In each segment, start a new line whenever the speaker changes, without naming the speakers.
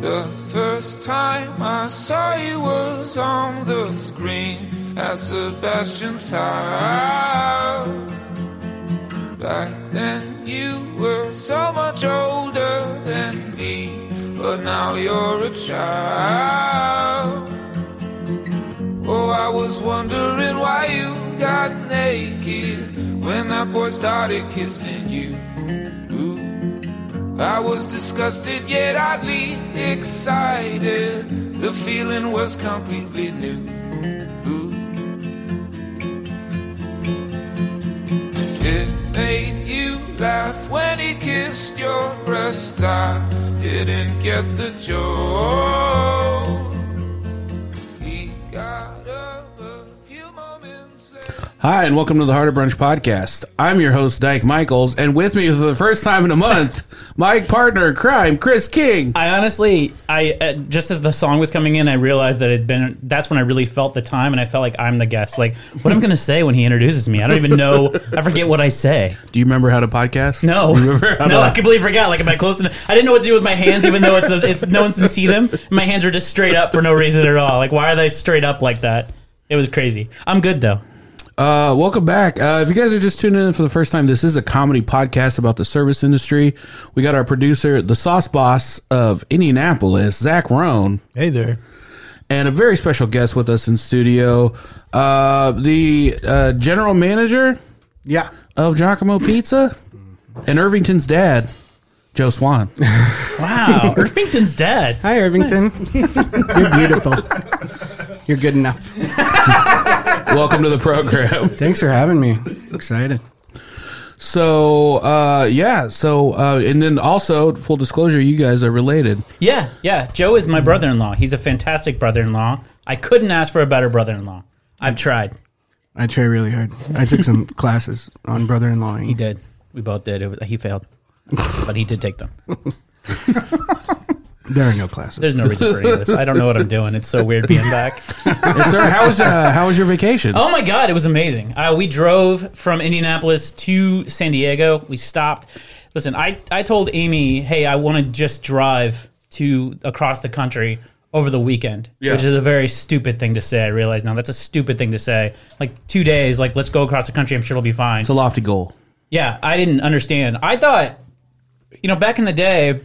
The first time I saw you was on the screen at Sebastian's house. Back then you were so much older than me, but now you're a child. Oh, I was wondering why you got naked when that boy started kissing you. Ooh. I was disgusted yet oddly excited. The feeling was completely new. Ooh. It made you laugh when he kissed your breast. I didn't get the joke. He got up a few moments later.
Hi, and welcome to the Heart of Brunch podcast. I'm your host, Dyke Michaels, and with me for the first time in a month, my partner in crime, Chris King.
I honestly, I uh, just as the song was coming in, I realized that it'd been. That's when I really felt the time, and I felt like I'm the guest. Like, what I'm gonna say when he introduces me? I don't even know. I forget what I say.
Do you remember how to podcast?
No,
You remember how
no,
to-
I completely forgot. Like, am I close enough? I didn't know what to do with my hands, even though it's, it's no one's gonna see them. My hands are just straight up for no reason at all. Like, why are they straight up like that? It was crazy. I'm good though.
Uh, welcome back. Uh, if you guys are just tuning in for the first time, this is a comedy podcast about the service industry. We got our producer, the sauce boss of Indianapolis, Zach Rohn,
Hey there.
and a very special guest with us in studio, uh, the uh, general manager
Yeah.
of Giacomo Pizza and Irvington's dad, Joe Swan.
Wow, Irvington's dead.
Hi, Irvington. You're beautiful. You're good enough.
Welcome to the program.
Thanks for having me. Excited.
So, uh, yeah. So, uh, and then also, full disclosure, you guys are related.
Yeah, yeah. Joe is my brother-in-law. He's a fantastic brother-in-law. I couldn't ask for a better brother-in-law. I've tried.
I try really hard. I took some classes on brother-in-law.
He did. We both did. It was, he failed, but he did take them.
There are no classes.
There's no reason for any of this. I don't know what I'm doing. It's so weird being back.
It's all right. how was uh, how was your vacation?
Oh my god, it was amazing. Uh, we drove from Indianapolis to San Diego. We stopped. Listen, I I told Amy, hey, I want to just drive to across the country over the weekend,
Yeah.
which is a very stupid thing to say. I realize now that's a stupid thing to say. Like two days, like let's go across the country. I'm sure it'll be fine.
It's a lofty goal.
Yeah, I didn't understand. I thought, you know, back in the day,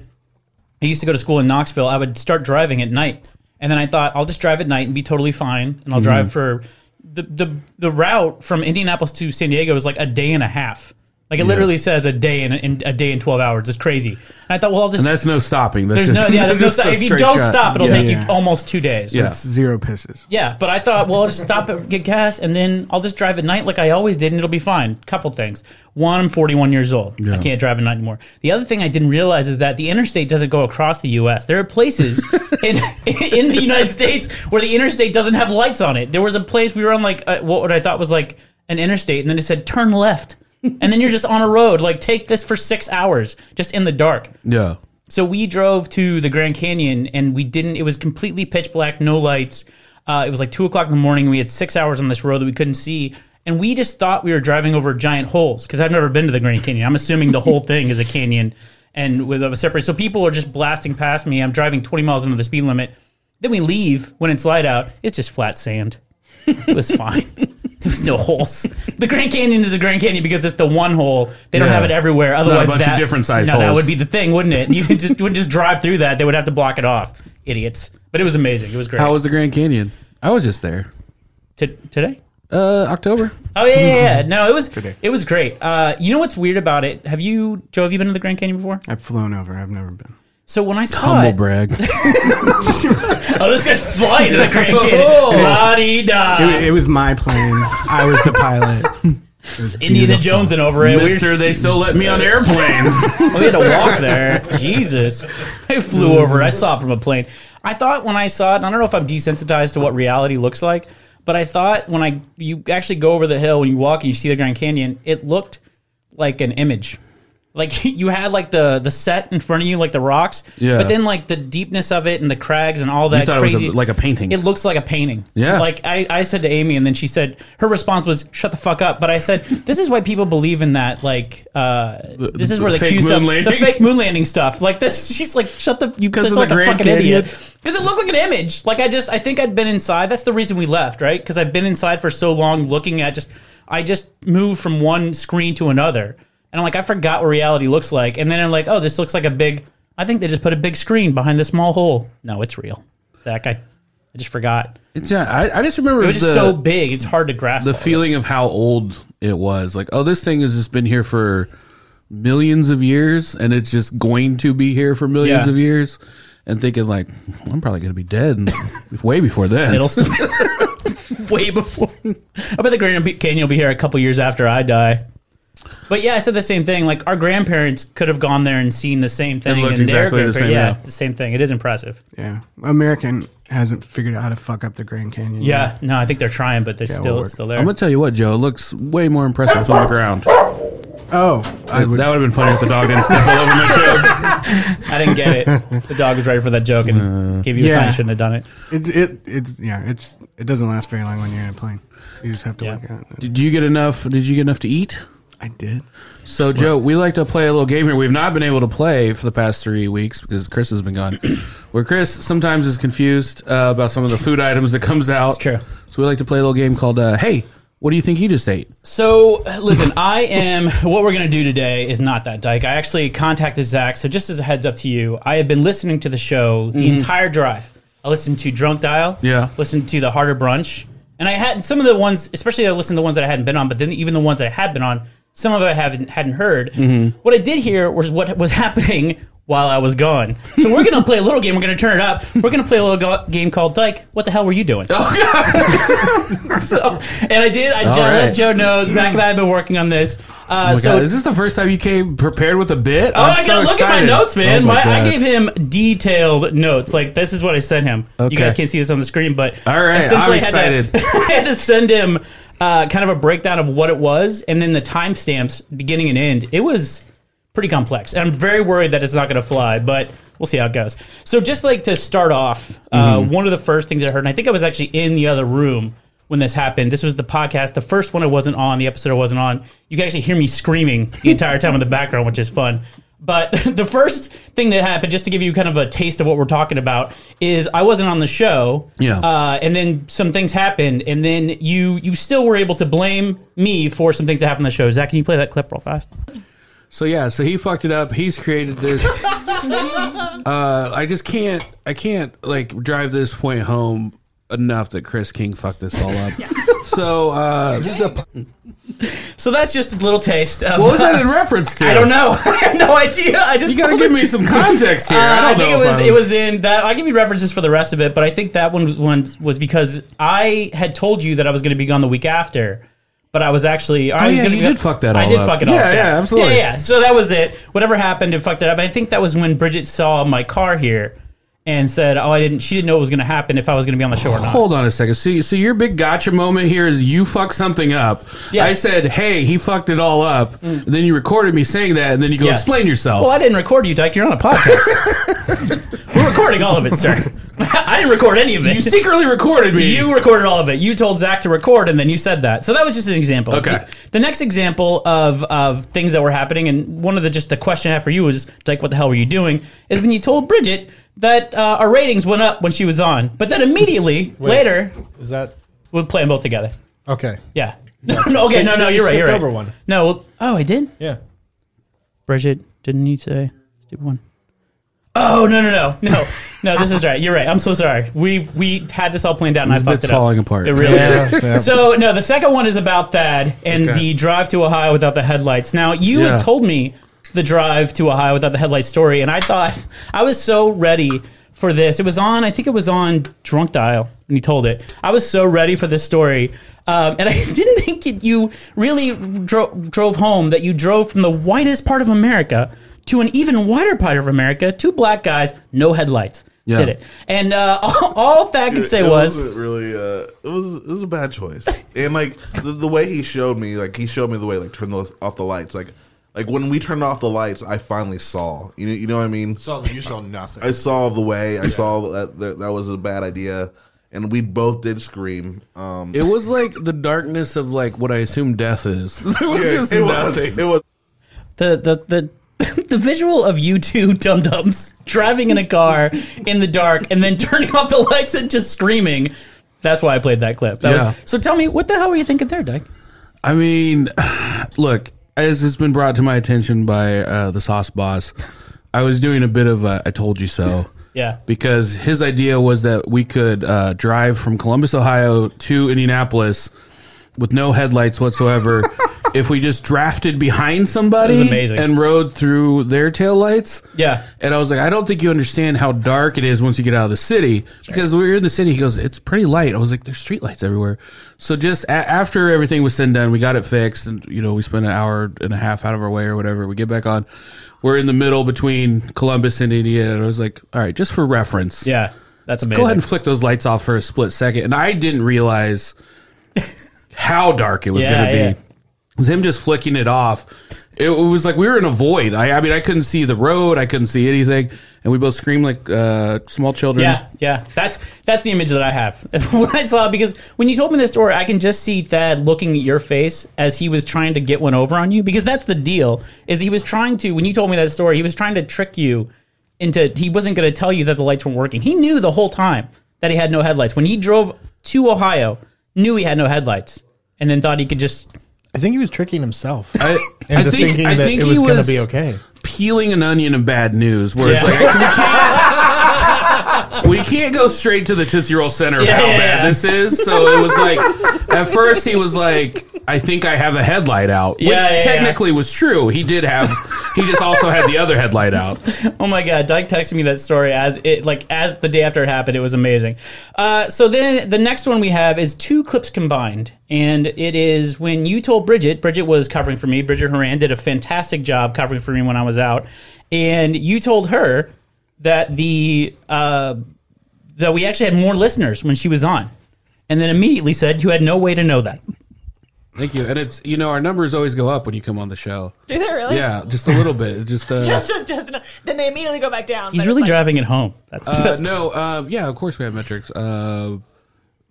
I used to go to school in Knoxville. I would start driving at night, and then I thought I'll just drive at night and be totally fine, and I'll drive for
Mm-hmm.
the the the route from Indianapolis to San Diego is like a day and a half. Like it literally says a day and in, a day and twelve hours. It's crazy. And I thought, well, I'll just
And that's no stopping. That's
there's
just,
no yeah there's no
just
stop.
a
If you
straight
don't
shot.
stop, it'll
Yeah.
take
yeah.
you almost two days.
Yeah.
It's zero pisses.
Yeah, but I thought, well, I'll just stop and get gas, and then I'll just drive at night like I always did, and it'll be fine. Couple things. One, I'm 41 years old. I can't drive at night anymore. The other thing I didn't realize is that the interstate doesn't go across the U.S. There are places in in the United States where the interstate doesn't have lights on it. There was a place we were on like uh, what I thought was like an interstate, and then it said turn left, and then you're just on a road. Like take this for six hours, just in the dark.
Yeah.
So we drove to the Grand Canyon and we didn't, it was completely pitch black, no lights. Uh, it was like two o'clock in the morning. We had six hours on this road that we couldn't see. And we just thought we were driving over giant holes because I've never been to the Grand Canyon. I'm assuming the whole thing is a canyon and with a separate. So people are just blasting past me. I'm driving 20 miles under the speed limit. Then we leave when it's light out. It's just flat sand. It was fine. There was no holes. The Grand Canyon is a Grand Canyon because it's the one hole. They don't
Yeah.
have it everywhere.
not a
Otherwise,
bunch of
that,
different-sized
no, that
holes.
would be the thing, wouldn't it? You could just would just drive through that. They would have to block it off, idiots. But it was amazing. It was great.
How was the Grand Canyon? I was just there.
T- today?
Uh, October.
Oh yeah, yeah, yeah. no, it was it was great. Uh, you know what's weird about it? Have you, Joe? Have you been to the Grand Canyon before?
I've flown over. I've never been.
So when I saw
Humble
it,
brag.
oh, this guy's flying to the Grand Canyon.
Oh.
La-dee-da.
It, it was my plane. I was the pilot.
Indiana Jones and over it. We're-
Mister, they still let me on airplanes.
Oh, we had to walk there. Jesus. I flew over. I saw it from a plane. I thought when I saw it, and I don't know if I'm desensitized to what reality looks like, but I thought when I you actually go over the hill and you walk and you see the Grand Canyon, it looked like an image. like you had like the the set in front of you, like the rocks.
Yeah.
But then like the deepness of it and the crags and all that
thought it was a-
crazy,
like a painting.
It looks like a painting.
Yeah.
Like I, I said to Amy, and then she said her response was "shut the fuck up." But I said this is why people believe in that. Like uh, this is where the
fake
Q
moon
stuff,
landing?
the fake moon landing stuff. Like this, she's like shut the you
'Cause
just
of the
like a
Grand
fucking idiot.
Canyon?
Because it looked like an image. Like I just, I think I'd been inside. That's the reason we left, right? Because I've been inside for so long, looking at just, I just moved from one screen to another, and I'm like, I forgot what reality looks like. And then I'm like, oh, this looks like a big. I think they just put a big screen behind this small hole. No, it's real, Zach. I, I just forgot.
It's not, I, I just remember
It was
the,
just so big, it's hard to grasp.
the
all of it.
feeling of how old it was. Like, oh, this thing has just been here for millions of years, and it's just going to be here for millions
Yeah.
of years. And thinking like, I'm probably going to be dead in- way before then.
It'll still way before. I bet the Grand Canyon will be here a couple years after I die. But yeah, I said the same thing. Like our grandparents could have gone there and seen the same thing.
looked
and their
exactly the
grandparents-
same,
Yeah,
yeah.
the same thing. It is impressive.
Yeah. American hasn't figured out how to fuck up the Grand Canyon. yet.
Yeah. No, I think they're trying, but they're still
we'll
it's
work.
still there.
I'm gonna tell you what, Joe. It looks way more impressive on the ground. That
Oh, I
would
would.
have been funny if the dog didn't step all over my joke.
I didn't get it. The dog was ready for that joke
Uh,
and gave you a
yeah.
sign. I shouldn't have done it.
It's it it's yeah. It's it doesn't last very long when you're in a plane. You just have to
Yeah.
look at it.
Did you get enough? Did you get enough to eat?
I did.
So, Joe, we like to play a little game here. We've not been able to play for the past three weeks because Chris has been gone. Where Chris sometimes is confused uh, about some of the food items that comes out. It's
true.
So we like to play a little game called uh, "Hey, what do you think you just ate?"
Uh, So listen, I am. What we're gonna do today is not that Dyke. I actually contacted Zach. So just as a heads up to you, I have been listening to the show the entire drive. I listened to Drunk Dial.
Mm-hmm. Yeah.
Listened to the Harder Brunch, and I had some of the ones, especially I listened to the ones that I hadn't been on, but then even the ones that I had been on, some of it I haven't hadn't heard.
Mm-hmm.
What I did hear was what was happening while I was gone. So we're gonna play a little game. We're gonna turn it up. We're gonna play a little go- game called Dyke. What the hell were you doing? so, and I did. I
Oh, All
just let
right.
Joe know. Zach and I have been working on this. Uh,
Oh my
so,
God, is this the first time you came prepared with a bit?
oh, I gotta look at my notes, man.
Oh my
My- I
God.
gave him detailed notes. Like this is what I sent him.
Okay.
You guys can't see this on the screen, but
All right, I'm
essentially I had to-
excited.
I had to send him uh, kind of a breakdown of what it was, and then the timestamps, beginning and end. It was pretty complex, and I'm very worried that it's not going to fly, but we'll see how it goes. So, just like to start off, uh, one of the first things I heard, and I think I was actually in the other room when this happened. This was the podcast, the first one I wasn't on, the episode I wasn't on. You can actually hear me screaming the entire time in the background, which is fun. But the first thing that happened, just to give you kind of a taste of what we're talking about, is I wasn't on the show.
Yeah.
Uh, and then some things happened, and then you you still were able to blame me for some things that happened on the show. Zach, can you play that clip real fast?
So yeah, so he fucked it up. He's created this. uh, I just can't. I can't like drive this point home enough that Chris King fucked this all up. So uh,
So that's just a little taste. Of,
what was that in reference to?
I don't know. I have no idea. I just
You gotta give me some context here.
Uh,
I
I,
don't
think
know.
it
if
was, it was in that. I give you references for the rest of it, but I think that one was one was because I had told you that I was going to be gone the week after, but I was actually. I was
Oh, yeah,
gonna
you
be-
did fuck that
I
all
did
up.
fuck it
Yeah,
all up.
yeah, absolutely.
Yeah, yeah. So that was it. Whatever happened, it fucked it up. I think that was when Bridget saw my car here and said, "Oh, I didn't." She didn't know what was going to happen if I was going to be on the show or not.
Hold on a second. So, so your big gotcha moment here is you fuck something up.
Yeah. Mm.
I said, "Hey, he fucked it all up." And then you recorded me saying that, and then you go
Yeah.
explain yourself.
Well, I didn't record you, Dyke. You're on a podcast. We're recording all of it, sir. I didn't record any of it.
you secretly recorded me.
You recorded all of it. You told Zach to record, and then you said that. So that was just an example.
Okay.
The, the next example of of things that were happening, and one of the just the question I have for you was like, what the hell were you doing? Is when you told Bridget that uh, our ratings went up when she was on, but then immediately later
Is that
we'll play them both together.
okay?
Yeah. no, okay.
So
no, no,
you
you're right. You're
skipped
right.
over one.
No. well- Oh, I did.
Yeah.
Bridget, didn't you say stupid one? Oh no no no no no! This is right. You're right. I'm so sorry. We we had this all planned out, and
This
I fucked
bit's
it up.
falling apart.
It really is.
yeah.
So no, the second one is about Thad and
Okay.
the drive to Ohio without the headlights. Now you
Yeah.
had told me the drive to Ohio without the headlights story, and I thought I was so ready for this. It was on, I think it was on Drunk Dial, and you told it. I was so ready for this story, um, and I didn't think that you really dro- drove home that you drove from the whitest part of America to an even wider part of America. Two black guys, no headlights.
Yeah.
Did it, and uh, all, all Thad could say
it
was,
wasn't really uh it was it was a bad choice and like the, the way he showed me like he showed me the way like turn those off the lights like Like when we turned off the lights, I finally saw. You know, you know what I mean?
Saw that you saw nothing.
I saw the way. I saw that, that that was a bad idea, and we both did scream. Um,
It was like the darkness of like what I assume death is. There was just
it was.
nothing.
It was.
the the the the visual of you two dum dums driving in a car in the dark and then turning off the lights and just screaming. That's why I played that clip. That
Yeah.
was, so tell me, what the hell were you thinking there, Dyke?
I mean, look, as it's been brought to my attention by uh, the sauce boss, I was doing a bit of a I told you so.
Yeah.
Because his idea was that we could uh, drive from Columbus, Ohio to Indianapolis with no headlights whatsoever if we just drafted behind somebody
That was amazing.
and rode through their taillights.
Yeah.
And I was like, I don't think you understand how dark it is once you get out of the city. Because we were in the city, he goes, it's pretty light. I was like, there's streetlights everywhere. So just a- after everything was said and done, we got it fixed, and you know, we spent an hour and a half out of our way or whatever. We get back on. We're in the middle between Columbus and Indiana. And I was like, all right, just for reference,
Yeah. That's amazing.
go ahead and flick those lights off for a split second. And I didn't realize how dark it was
Yeah,
going to
yeah.
be. It was him just flicking it off. It was like we were in a void. I, I mean, I couldn't see the road. I couldn't see anything. And we both screamed like uh, small children.
Yeah, yeah. That's that's the image that I have. when I saw because when you told me this story, I can just see Thad looking at your face as he was trying to get one over on you. Because that's the deal. Is he was trying to when you told me that story, he was trying to trick you into he wasn't gonna tell you that the lights weren't working. He knew the whole time that he had no headlights. When he drove to Ohio, knew he had no headlights. And then thought he could just
I think he was tricking himself
I, I
into
think,
thinking
I
that
think
it
he
was,
was
going to be okay.
peeling an onion of bad news. Where it's
Yeah.
like, we can't, we can't go straight to the Tootsie Roll Center of
Yeah,
how
yeah,
bad
yeah.
this is. So it was like, at first he was like, I think I have a headlight out, which
Yeah, yeah, yeah.
technically was true. He did have, he just also had the other headlight out.
Oh my god, Dyke texted me that story as it like as the day after it happened. It was amazing. Uh, so then the next one we have is two clips combined, and it is when you told Bridget. Bridget was covering for me. Bridget Horan did a fantastic job covering for me when I was out, and you told her that the uh, that we actually had more listeners when she was on, and then immediately said you had no way to know that.
Thank you. And it's, you know, our numbers always go up when you come on the show.
Do they really?
Yeah, just a little bit. Just, uh,
Just, just, then they immediately go back down.
He's
but
really
it's like,
driving it home. That's the
uh,
best.
no, uh, yeah, of course we have metrics uh,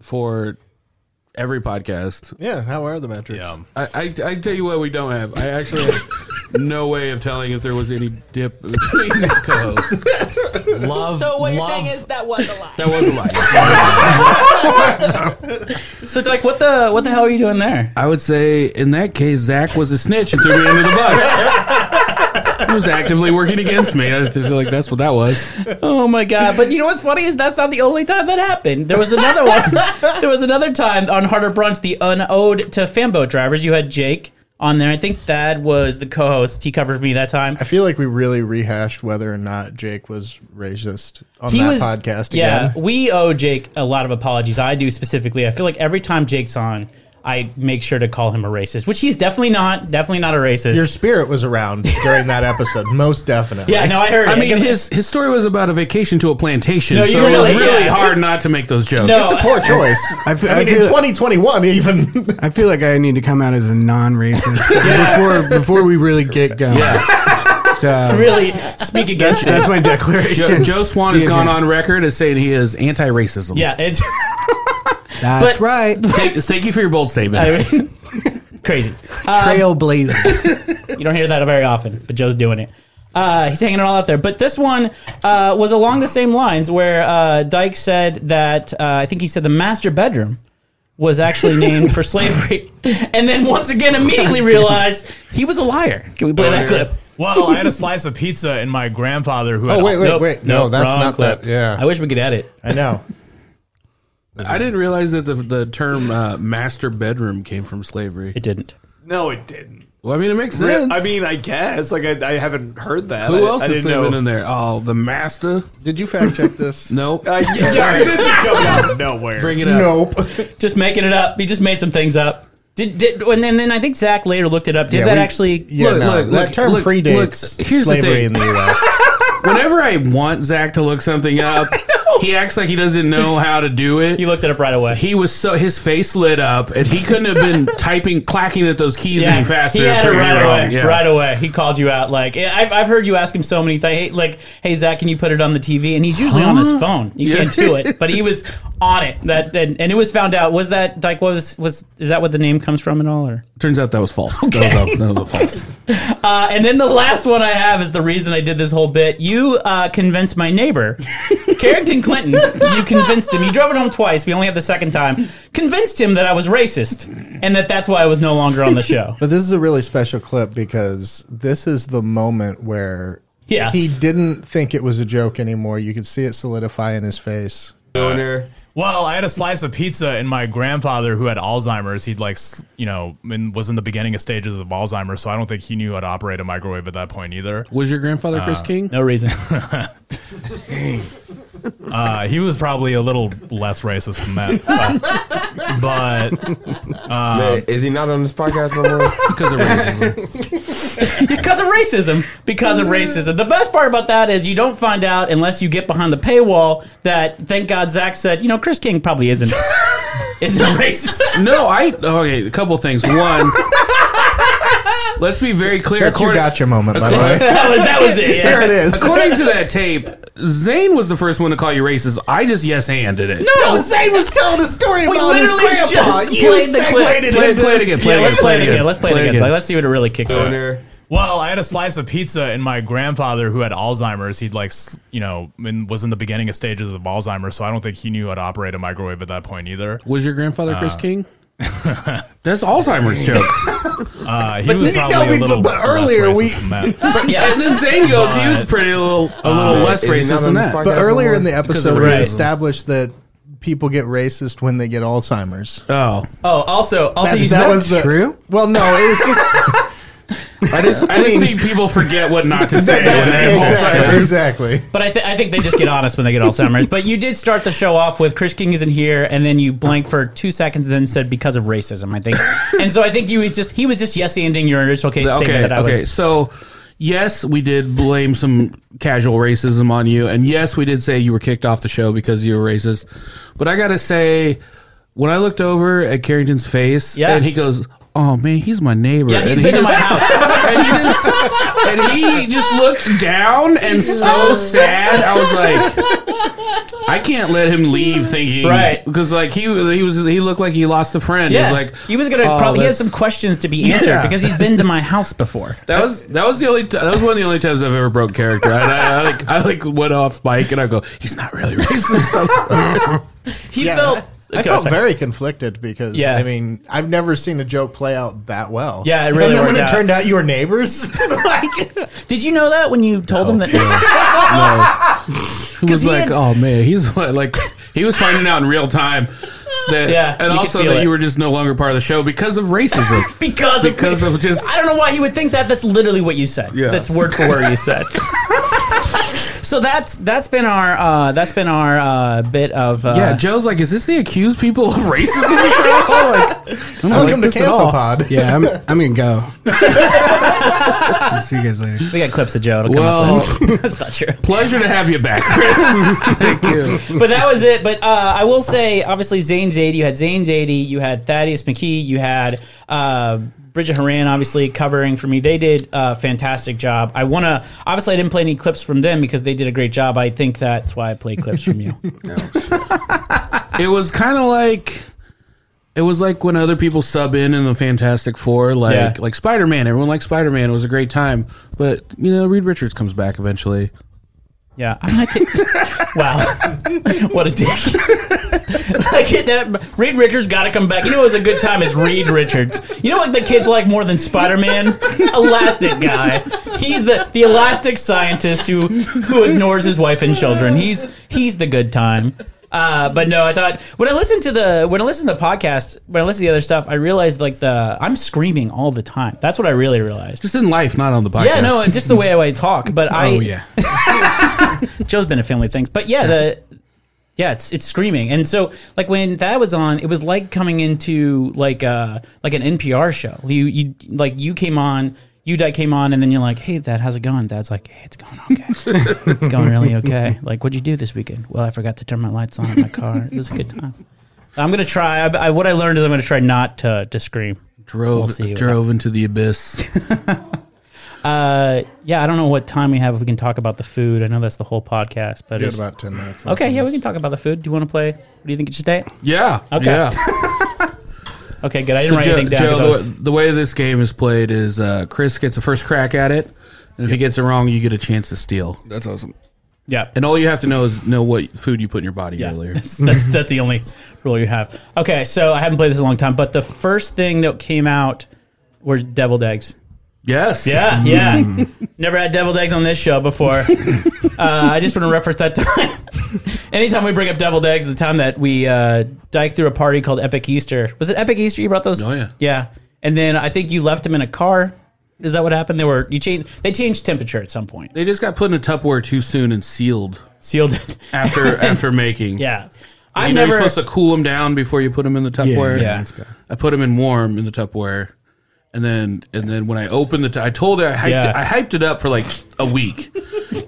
for every podcast.
Yeah, how are the metrics?
I, I, I tell you what, we don't have. I actually have no way of telling if there was any dip between the co-hosts.
Love.
So what you're
love-
saying is that was a lie.
That was a lie.
So Dyke, what the what the hell are you doing there?
I would say in that case, Zach was a snitch and threw me under the bus. He was actively working against me. I feel like that's what that was.
Oh my god! But you know what's funny is that's not the only time that happened. There was another one. there was another time on Harder Brunch, the unowed to Fanboat drivers. You had Jake on there. I think Thad was the co-host. He covered me that time.
I feel like we really rehashed whether or not Jake was racist on
He
that
was
podcast
Yeah,
again.
we owe Jake a lot of apologies. I do specifically. I feel like every time Jake's on, I make sure to call him a racist, which he's definitely not. Definitely not a racist.
Your spirit was around during that episode, most definitely.
yeah, no, I heard.
I
it.
mean,
guess-
his his story was about a vacation to a plantation,
No, you
so it
really-
was really
yeah.
hard not to make those jokes.
no,
Poor choice. I,
I fe- I
mean, in
feel-
2021, even
I feel like I need to come out as a non-racist before before we really get going. So
really speak against it.
that's my
Joe,
declaration.
Joe Swan has
Yeah.
gone on record as saying he is anti-racism.
Yeah, it's.
That's
but-
right.
Thank, thank you for your bold statement.
I mean, crazy.
Trailblazer.
You don't hear that very often, but Joe's doing it. Uh, he's hanging it all out there. But this one uh, was along the same lines where uh, Dyke said that uh, I think he said the master bedroom was actually named for slavery, and then once again immediately realized he was a liar. Oh, Can we play that clip?
Well, I had a slice of pizza, and my grandfather, who had
Oh, wait, wait,
Nope,
wait. No,
nope,
that's
wrong
not
clip.
that. Yeah.
I wish we could edit.
I know.
I didn't realize that the, the term uh, master bedroom came from slavery.
It didn't.
no, it didn't.
Well, I mean, it makes sense.
I mean, I guess like I, I haven't heard that.
who
I,
else
I
is
didn't
sleeping
know.
in there? Oh, the master?
Did you fact check this?
No.
Uh, yeah, this is coming out of nowhere.
Bring it up.
Nope.
Just making it up. He just made some things up. Did, did and, then, then I think Zach later looked it up. Did
Yeah,
that
we-
actually?
Yeah,
Look,
no,
look,
that
look,
term
look,
predates
look, here's the
slavery
thing.
in the U.S.
Whenever I want Zach to look something up, he acts like he doesn't know how to do it.
He looked it up right away.
He was so his face lit up, and he couldn't have been typing, clacking at those keys any faster.
He had it
Pretty
right
wrong,
away.
yeah.
Right away. He called you out. Like yeah, I've, I've heard you ask him so many things. Hey, like, hey Zach, can you put it on the TV? And he's usually on his phone. You
Yeah.
can't do it, but he was on it. That and, and it was found out. Was that like was was is that what the name comes from at all? Or
Turns out that was false. That, was, a- that was a false.
uh, and then the last one I have is the reason I did this whole bit. You uh, convinced my neighbor, Carrington Clinton. You convinced him. You drove it home twice. We only have the second time. Convinced him that I was racist and that that's why I was no longer on the show.
But this is a really special clip because this is the moment where
Yeah.
he didn't think it was a joke anymore. You could see it solidify in his face.
Well, I had a slice of pizza, and my grandfather, who had Alzheimer's, he'd like, s- you know, and was in the beginning of stages of Alzheimer's, so I don't think he knew how to operate a microwave at that point either.
Was your grandfather Chris King?
No reason.
Uh, he was probably a little less racist than that. But, but
Man, is he not on this podcast no more?
Because of racism.
because of racism. Because of racism. The best part about that is you don't find out unless you get behind the paywall that thank God Zach said, you know, Chris King probably isn't isn't a racist.
no, I okay. A couple things. One, let's be very clear.
That's your
According,
gotcha moment, by the way.
that, was, that was it.
There
Yeah.
it is.
according to that tape, Zane was the first one to call you racist. I just yes handed it.
No, Zane was telling a story about we literally Just played the clip.
play, it- play it again. Play
Yeah,
it again.
let's play it again. Let's play it again. So let's see what it really kicks in.
well, I had a slice of pizza, and my grandfather, who had Alzheimer's, he'd like, s- you know, and was in the beginning of stages of Alzheimer's, so I don't think he knew how to operate a microwave at that point either.
Was your grandfather Chris King? That's Alzheimer's joke.
Uh, he was probably a little
but
less
earlier we-
racist than that.
Yeah, and then Zane goes, he was pretty a little, a little less
is he not
racist
on
than
this
that.
podcast
But
no
earlier
more?
in the episode,
of
we
racism.
established that people get racist when they get Alzheimer's.
oh,
Oh, also, also
That-
you
that
said-
was the-
True.
Well, no, it was just
I just, I just think people forget what not to say. when they have
exactly,
Alzheimer's.
exactly.
But I, th- I think they just get honest when they get Alzheimer's. But you did start the show off with Chris King isn't here, and then you blanked for two seconds, and then said because of racism. I think, and so I think you was just he was just yes ending your original case statement
Okay,
that I
okay.
was.
So, yes, we did blame some casual racism on you, and yes, we did say you were kicked off the show because you were racist. But I gotta say, when I looked over at Carrington's face,
Yeah.
and he goes, "Oh man, he's my neighbor,"
Yeah, he's
and
been to
he
my
just-
house.
and he just and he just looked down and so sad. I was like, I can't let him leave thinking
Right.
because like he he was he looked like he lost a friend.
Yeah,
He's like
he was gonna.
"Oh,
probably, he had
that's-
some questions to be answered
Yeah.
because he's been to my house before.
That was that was the only t- that was one of the only times I've ever broke character. I, I, I like I like went off mic and I go, he's not really racist. I'm sorry."
He felt.
I
Okay,
felt
sorry.
very conflicted because
Yeah.
I mean I've never seen a joke play out that well.
Yeah, it really
And then when
worked
it
out.
turned out you were neighbors, like
Did you know that when you told him that?
He was
he
like,
had-
oh man, he's what- like he was finding out in real time that
Yeah, you
and
could
also
feel
that
it.
you were just no longer part of the show because of racism.
Because of
Because of just-
I don't know why he would think that. That's literally what you said.
Yeah.
That's word for word you said. so that's that's been our uh, that's been our uh, bit of uh,
yeah, Joe's like, is this the accused people of racism show? Like,
welcome to
this at
Cancel
all.
Pod.
Yeah, I'm. I'm gonna go. I'll see you guys later.
We got clips of Joe. It'll
Well-
come up. That's not true.
pleasure to have you back. Chris. Thank you.
But that was it. But uh, I will say, obviously, Zane Zadie. You had Zane Zadie. You had Thaddeus McKee. You had uh, Bridget Haran, obviously, covering for me. They did a fantastic job. I want to, obviously, I didn't play any clips from them because they did a great job. I think that's why I play clips from you.
it was kind of like it was like when other people sub in in the Fantastic Four, like
Yeah.
like Spider Man. Everyone liked Spider Man. It was a great time, but you know Reed Richards comes back eventually.
Yeah, I'm gonna take. wow, what a dick! like it- that, Reed Richards got to come back. You know, it was a good time. Is Reed Richards? You know what the kids like more than Spider Man? Elastic guy. He's the the elastic scientist who who ignores his wife and children. He's he's the good time. Uh, but no, I thought when I listened to the when I listened to the podcast when I listened to the other stuff, I realized like the I'm screaming all the time. That's what I really realized.
Just in life, not on the podcast.
Yeah, no, and just the way I talk. But I
Oh yeah.
Joe's been to family things, but yeah, the Yeah, it's it's screaming. And so like when that was on, it was like coming into like uh like an NPR show. You you like you came on you Dad came on, and then you're like, "Hey, Dad, how's it going?" Dad's like, "Hey, it's going okay. it's going really okay. Like, what'd you do this weekend? Well, I forgot to turn my lights on in my car. It was a good time. I'm gonna try. I, I, what I learned is I'm gonna try not to to scream. We'll
Drove
see what
drove into the abyss.
Uh, yeah, I don't know what time we have. If we can talk about the food. I know that's the whole podcast, but
We
it's,
had about ten minutes. left
okay,
on
yeah, we
this.
can talk about the food. Do you want to play? What do you think it should stay?
yeah.
Okay.
Yeah.
Okay, good. I didn't
So
write
Joe,
anything down.
Joe,
'cause I
the,
was-
way, the way this game is played is uh, Chris gets a first crack at it, and if he gets it wrong, you get a chance to steal.
That's awesome.
yeah,
And all you have to know is know what food you put in your body
Yeah,
earlier.
That's, that's that's the only rule you have. Okay, so I haven't played this in a long time, but the first thing that came out were deviled eggs.
Yes.
Yeah, yeah.
Hmm.
Never had deviled eggs on this show before. uh, I just want to reference that time. Anytime we bring up deviled eggs, the time that we uh, dike through a party called Epic Easter. Was it Epic Easter? You brought those?
Oh, yeah.
Yeah. And then I think you left them in a car. Is that what happened? They were you changed. They changed temperature at some point.
They just got put in a Tupperware too soon and sealed
Sealed it.
after after making.
Yeah.
I
I
you know
never.
you're supposed to cool them down before you put them in the Tupperware.
yeah, that's good.
I put them in warm in the Tupperware, and then and then when I opened the, t- I told her I hyped,
Yeah.
it, I hyped it up for like a week,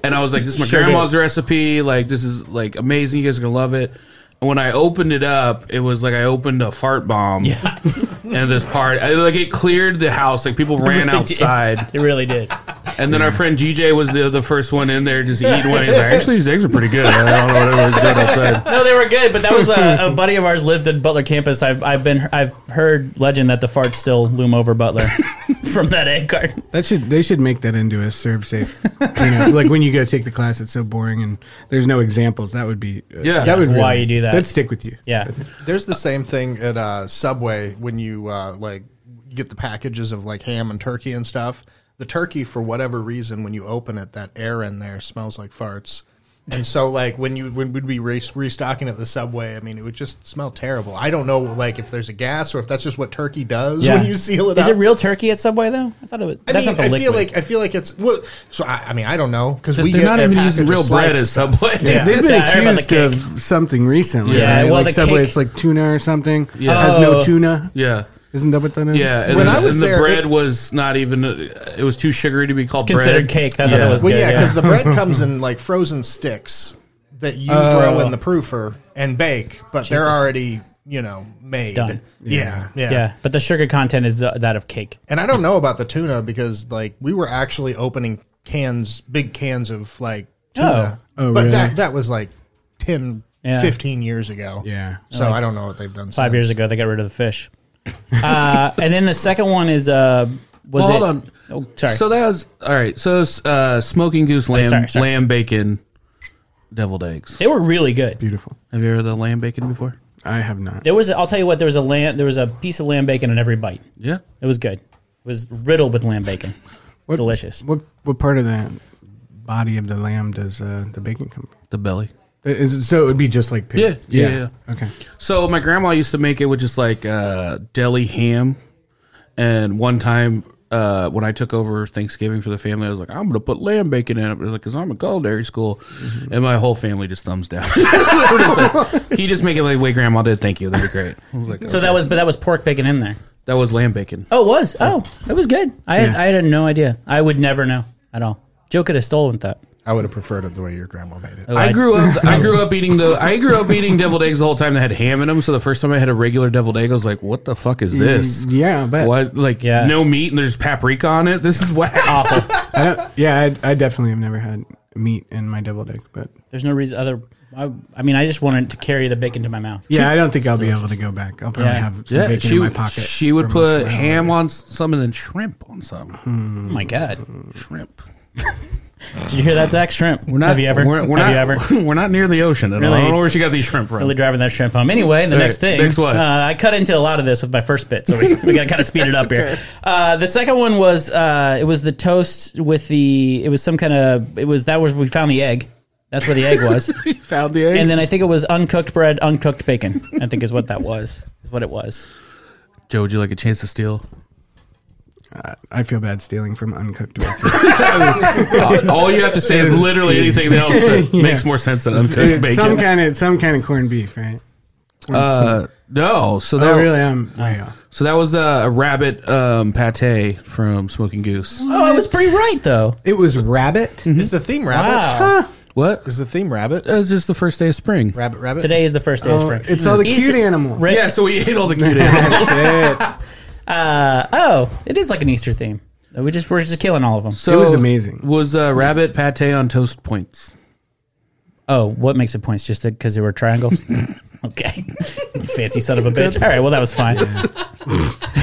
and I was like, "This is my
Sure did.
grandma's recipe. Like this is like amazing. You guys are gonna love it." And when I opened it up, it was like I opened a fart bomb.
Yeah.
And this part, I, like it cleared the house. Like people ran
really did.
outside,
it really did.
and then our friend GJ was the the first one in there just eating one. He's like, "Actually, these eggs are pretty good." I don't know what everyone's doing outside.
No, they were good, but that was a, a buddy of ours lived in Butler campus. I've, I've been I've heard legend that the farts still loom over Butler from that egg carton.
That should they should make that into a serve safe. you know, like when you go take the class, it's so boring and there's no examples. That would be uh,
Yeah.
That would
Why you do that.
That'd stick with you.
Yeah,
There's the same thing at uh, Subway when you uh, like get the packages of like ham and turkey and stuff. The turkey, for whatever reason, when you open it, that air in there smells like farts. And so, like when you when we'd be re- restocking at the Subway, I mean, it would just smell terrible. I don't know, like if there's a gas or if that's just what turkey does
yeah.
when you seal it
Is
up.
it real turkey at Subway though? I thought it was.
I
that's not
mean,
the
I
liquid.
feel like I feel like it's well. So I, I mean, I don't know because we
They're
get
not
a
even
package
using
of
real bread
sliced
at
stuff.
Subway.
Yeah.
They've been
Yeah, I heard about
accused
the
of something recently.
Yeah,
right?
well,
like
the
Subway,
cake-
it's like tuna or something.
Yeah.
has
Oh.
no tuna.
Yeah.
Isn't that what that is?
Yeah, and,
When
the,
I was
and
there,
the bread
it-
was not even. uh, It was too sugary to be called
considered
bread.
cake. I thought it was
Well,
good.
yeah,
yeah.
because the bread comes in like frozen sticks that you throw
Oh.
in the proofer and bake, but they're already you know made.
Done.
Yeah, yeah,
Yeah, but the sugar content is the, that of cake.
And I don't know about the tuna because like we were actually opening cans, big cans of like tuna,
Oh. Oh,
but
really?
that that was like 10,
Yeah.
15 years ago.
Yeah.
So I don't know what they've done.
Five years ago, they got rid of the fish. uh, and then the second one is uh, was
Well,
it?
hold on.
Oh, sorry.
So that was all right. So it's, uh, smoking goose lamb,
sorry, sorry.
lamb bacon, deviled eggs.
they were really good.
Beautiful.
Have you ever had the lamb bacon before?
I have not.
There was, I'll tell you what, there was a lamb, there was a piece of lamb bacon in every bite.
Yeah,
It was good. It was riddled with lamb bacon.
What,
Delicious.
What what part of that body of the lamb does uh, the bacon come from?
the belly.
Is it, so it would be just like pig.
Yeah, yeah, yeah.
Okay.
So my grandma used to make it with just like uh, deli ham, and one time. Uh, when I took over Thanksgiving for the family, I was like, "I'm gonna put lamb bacon in it," because I'm in culinary school, and my whole family just thumbs down. They were just like, Can you just make it like way grandma did? Thank you, that'd be great. I was like,
So that was, but that was pork bacon in there.
That was lamb bacon.
Oh, it was. Oh, it was good. I had,
Yeah.
I had no idea. I would never know at all. Joe could have stolen that.
I would have preferred it the way your grandma made it.
I grew up. I grew up eating the. I grew up eating deviled eggs the whole time that had ham in them. So the first time I had a regular deviled egg, I was like, "What the fuck is this?
Mm, yeah, I bet.
What like
Yeah.
no meat and there's paprika on it? This is wow.
Awful.
I don't, yeah, I, I definitely have never had meat in my deviled egg, but
There's no reason other. I, I mean, I just wanted to carry the bacon to my mouth.
yeah, I don't think I'll be able to go back. I'll probably
Yeah.
have some
Yeah,
bacon
she
in my
would-
pocket.
she would
for
put
most of my
ham
holidays.
on some and then shrimp on some.
Mm-hmm.
Oh my god!
Shrimp.
Did you hear that, Zach? Shrimp.
We're not.
have you ever?
We're, we're
have
not,
you ever?
We're not near the ocean. At all. I
Really?
don't know where she got these shrimp from.
Really driving that shrimp home. Anyway, the
All right,
next thing.
next one.
Uh, I cut into a lot of this with my first bit, so we, we got to kind of speed it up here. Uh, the second one was uh, it was the toast with the it was some kind of it was that was we found the egg. That's where the egg was.
Found the egg.
and then I think it was uncooked bread, uncooked bacon. I think is what that was. Is what it was.
Joe, would you like a chance to steal?
I feel bad stealing from uncooked bacon.
All you have to say is literally anything else that
Yeah.
makes more sense than
It's
uncooked bacon.
Some kind of some kind of corned beef, right?
uh, no, so that
Oh, really? I'm way off.
so that was uh, a rabbit um, pate from Smoking Goose.
Oh, I was pretty right though.
It was rabbit.
Is the theme rabbit?
Wow.
What?
Is the theme rabbit?
That was just the first day of spring.
Rabbit, rabbit.
Today is the first day of spring.
Oh, It's all the
Is
cute
it-
animals.
Right.
Yeah, so we ate all the cute animals.
Uh, oh, it is like an Easter theme. We just we're just killing all of them.
So
It was amazing.
Was uh, rabbit pate on toast points?
Oh, what makes it points? Just because they were triangles? okay. You fancy son of a bitch. All right, well, that was fine.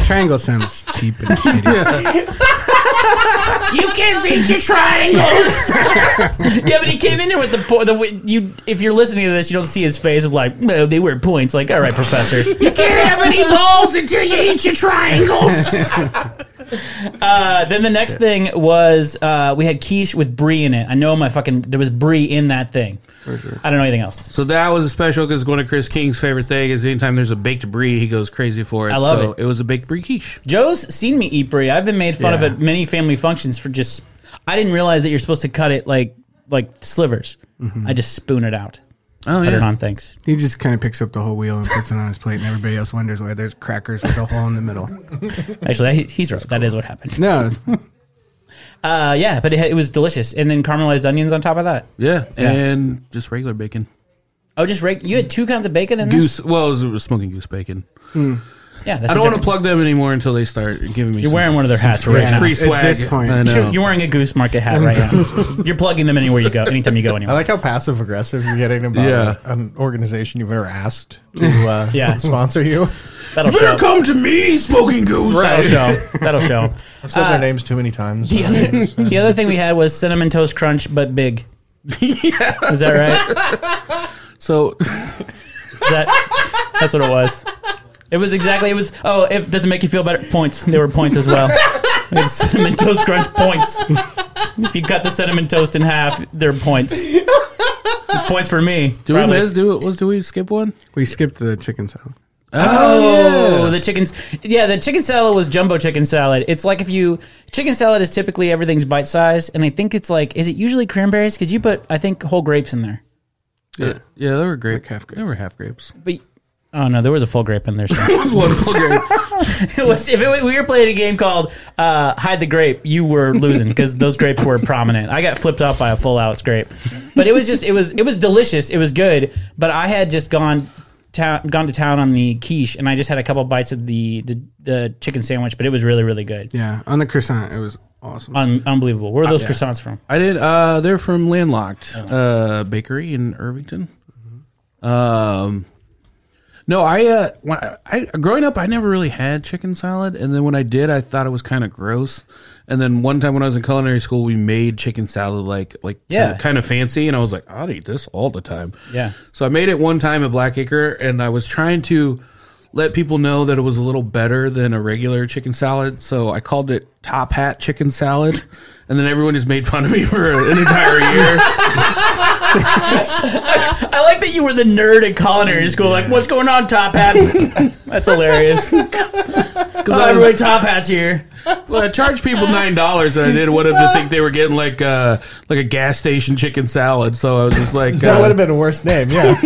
Triangle sounds cheap and shitty.
You kids eat your triangles! yeah, but he came in here with the, po- the wi- you. If you're listening to this, you don't see his face of like, no, they were points. Like, all right, professor. you can't have any balls until you eat your triangles! uh, then the next thing was uh, we had quiche with brie in it. I know my fucking, there was brie in that thing. I don't know anything else.
So that was a special because one of Chris King's favorite thing is anytime there's a baked brie, he goes crazy for it.
I love
so
it.
was a baked brie quiche.
Joe's seen me eat brie. I've been made fun of at many family functions for just. I didn't realize that you're supposed to cut it like like slivers. I just spoon it out.
Oh
Put it on things.
He just kind of picks up the whole wheel and puts it on his plate, and everybody else wonders why there's crackers with a hole in the middle.
Actually, he- he's right. That is what happened.
No,
Uh, yeah, but it, had- it was delicious. And then caramelized onions on top of that.
Yeah, and just regular bacon.
Oh, just reg- you had two kinds of bacon in this.
Goose. Well, it was, it was smoking goose bacon.
Yeah, that's
I
a
don't want to
different-
plug them anymore until they start giving me.
You're
some
wearing one of their hats
free,
right now.
free
At
swag.
this point.
I know.
You're, you're wearing a Goose Market hat right now. you're plugging them anywhere you go, anytime you go
I
anywhere.
like how passive aggressive you're getting about
Yeah.
a- an organization you've never asked to uh,
Yeah.
sponsor you.
That'll
You better
show.
come to me, smoking goose.
That'll show. That'll show.
I've said
Uh,
their names too many times.
The other, the other thing we had was cinnamon toast crunch, but big. yeah. Is that right?
So
Is that, that's what it was. It was exactly. It was. Oh, if doesn't make you feel better. Points. There were points as well. We had cinnamon toast crunch points. If you cut the cinnamon toast in half, there are points. Points for me.
do we
probably.
miss? Do was do we skip one?
we skipped the chicken salad.
Oh, the chickens. Yeah, the chicken salad was jumbo chicken salad. It's like if you chicken salad is typically everything's bite sized, and I think it's like is it usually cranberries? Because you put I think whole grapes in there.
Yeah, yeah, they were grape.
Like half grape.
They were half grapes.
But oh no, there was a full grape in there. somewhere.
It was one full grape.
it was, if it, we were playing a game called uh, Hide the Grape, you were losing because those grapes were prominent. I got flipped off by a full out grape, but it was just it was it was delicious. It was good, but I had just gone. Town, gone to town on the quiche, and I just had a couple bites of the, the the chicken sandwich, but it was really really good,
Yeah, on the croissant, it was awesome.
Un- unbelievable. Where are those croissants from?
I did. Uh, they're from Landlocked uh, Bakery in Irvington. Um, no, I, uh, when I, I growing up, I never really had chicken salad, and then when I did, I thought it was kind of gross. And then one time when I was in culinary school, we made chicken salad like like
Yeah.
kind of fancy, and I was like, I'd eat this all the time.
Yeah.
So I made it one time at Blackacre, and I was trying to let people know that it was a little better than a regular chicken salad. So I called it Top Hat Chicken Salad, and then everyone just made fun of me for an entire year.
I like that you were the nerd at culinary school. Like, what's going on, Top Hat? That's hilarious. Because
I was-
everybody Top Hats here.
well, I charged people nine dollars, and I didn't want them to think they were getting like uh, like a gas station chicken salad. So I was just like,
That would
uh,
have been a worse name, yeah.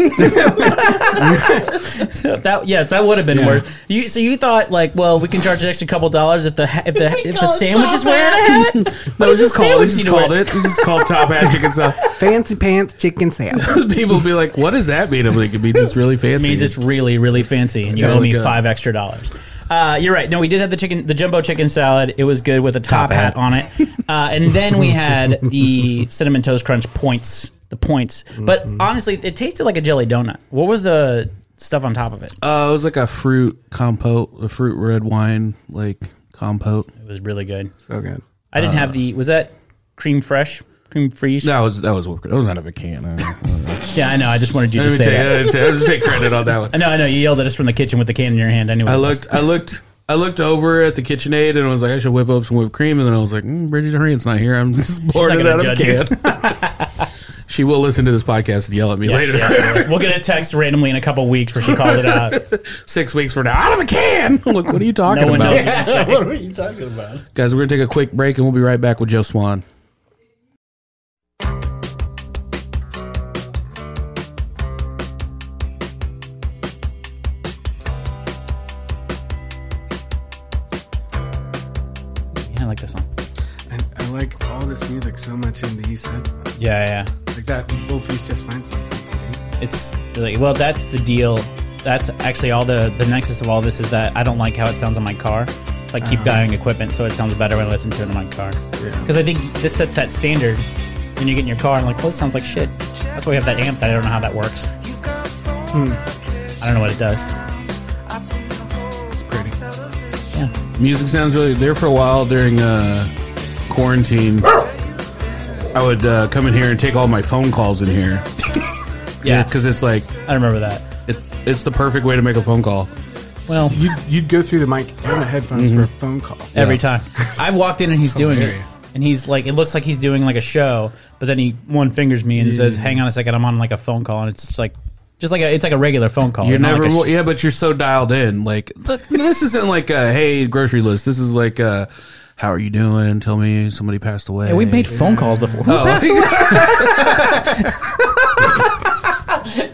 That yes, that would have been
Yeah.
worse. You so you thought like, well, we can charge an extra couple dollars if the ha- if the if the
call it
sandwich is
Top
wearing a hat.
no, it's just
What is
called,
the
it's just
sandwich
called
you
it. It's just called Top Hat Chicken Salad.
Fancy pants chicken salad.
people would be like, what does that mean? I'm like, it means it's really fancy.
means it's really really fancy, and you owe
really
me
good.
five extra dollars. Uh, you're right. No, we did have the chicken, the jumbo chicken salad. It was good with a top, hat. on it, uh, and then we had the cinnamon toast crunch points, the points. But
Mm-hmm.
honestly, it tasted like a jelly donut. What was the stuff on top of it?
Uh, it was like a fruit compote, a fruit red wine like compote.
It was really good.
So good.
I didn't
uh,
have the. Was that cream fresh? Cream fresh?
That was that was that was out of a can. I don't know.
Yeah, I know. I just wanted you
Let
to
me
say
take,
that.
I didn't take- I just take credit on that one.
I know, I know. You yelled at us from the kitchen with the can in your hand. I knew. what
I
it was.
looked, I looked, I looked over at the KitchenAid and I was like, I should whip up some whipped cream. And then I was like, mm, Bridget Horant's not here. I'm just pouring
not
it
gonna
out of a
judge you.
can. She will listen to this podcast and yell at me later.
we'll get a text randomly in a couple weeks where she calls it out.
Six weeks from now, out of the can. I'm like, what are you talking
No one
about?
knows. what she's saying.
what are you talking about?
Guys, we're going to take a quick break and we'll be right back with Joe Swan.
Yeah, I like this song.
I, I like all this music so much in the East Side.
Yeah,
Like that Wolfie's Just Fine song. sounds amazing.
yeah. It's like, well, that's the deal. That's actually all the the nexus of all this is that I don't like how it sounds on my car. Like keep buying equipment so it sounds better when I listen to it in my car. Because I think this sets that standard. When you get in your car, I'm like, oh, it sounds like shit. That's why we have that amp. that I don't know how that works. I don't know what it does.
It's pretty.
Yeah.
Music sounds really there for a while during uh, quarantine. I would uh, come in here and take all my phone calls in here.
Yeah.
because it's like
I remember that.
it's it's the perfect way to make a phone call.
Well,
You'd, you'd go through the mic and the headphones for a phone call.
every
Yeah.
time. I've walked in and he's doing
hilarious.
it. And he's like, it looks like he's doing like a show, but then he one fingers me and says, "Hang on a second, I'm on like a phone call," and it's just like, just like a, it's like a regular phone call.
You're
not
never,
like a
mo-
sh-
yeah, but you're so dialed in. Like th- this isn't like a hey grocery list. This is like a how are you doing? Tell me somebody passed away.
Yeah, we've made phone calls before.
Oh.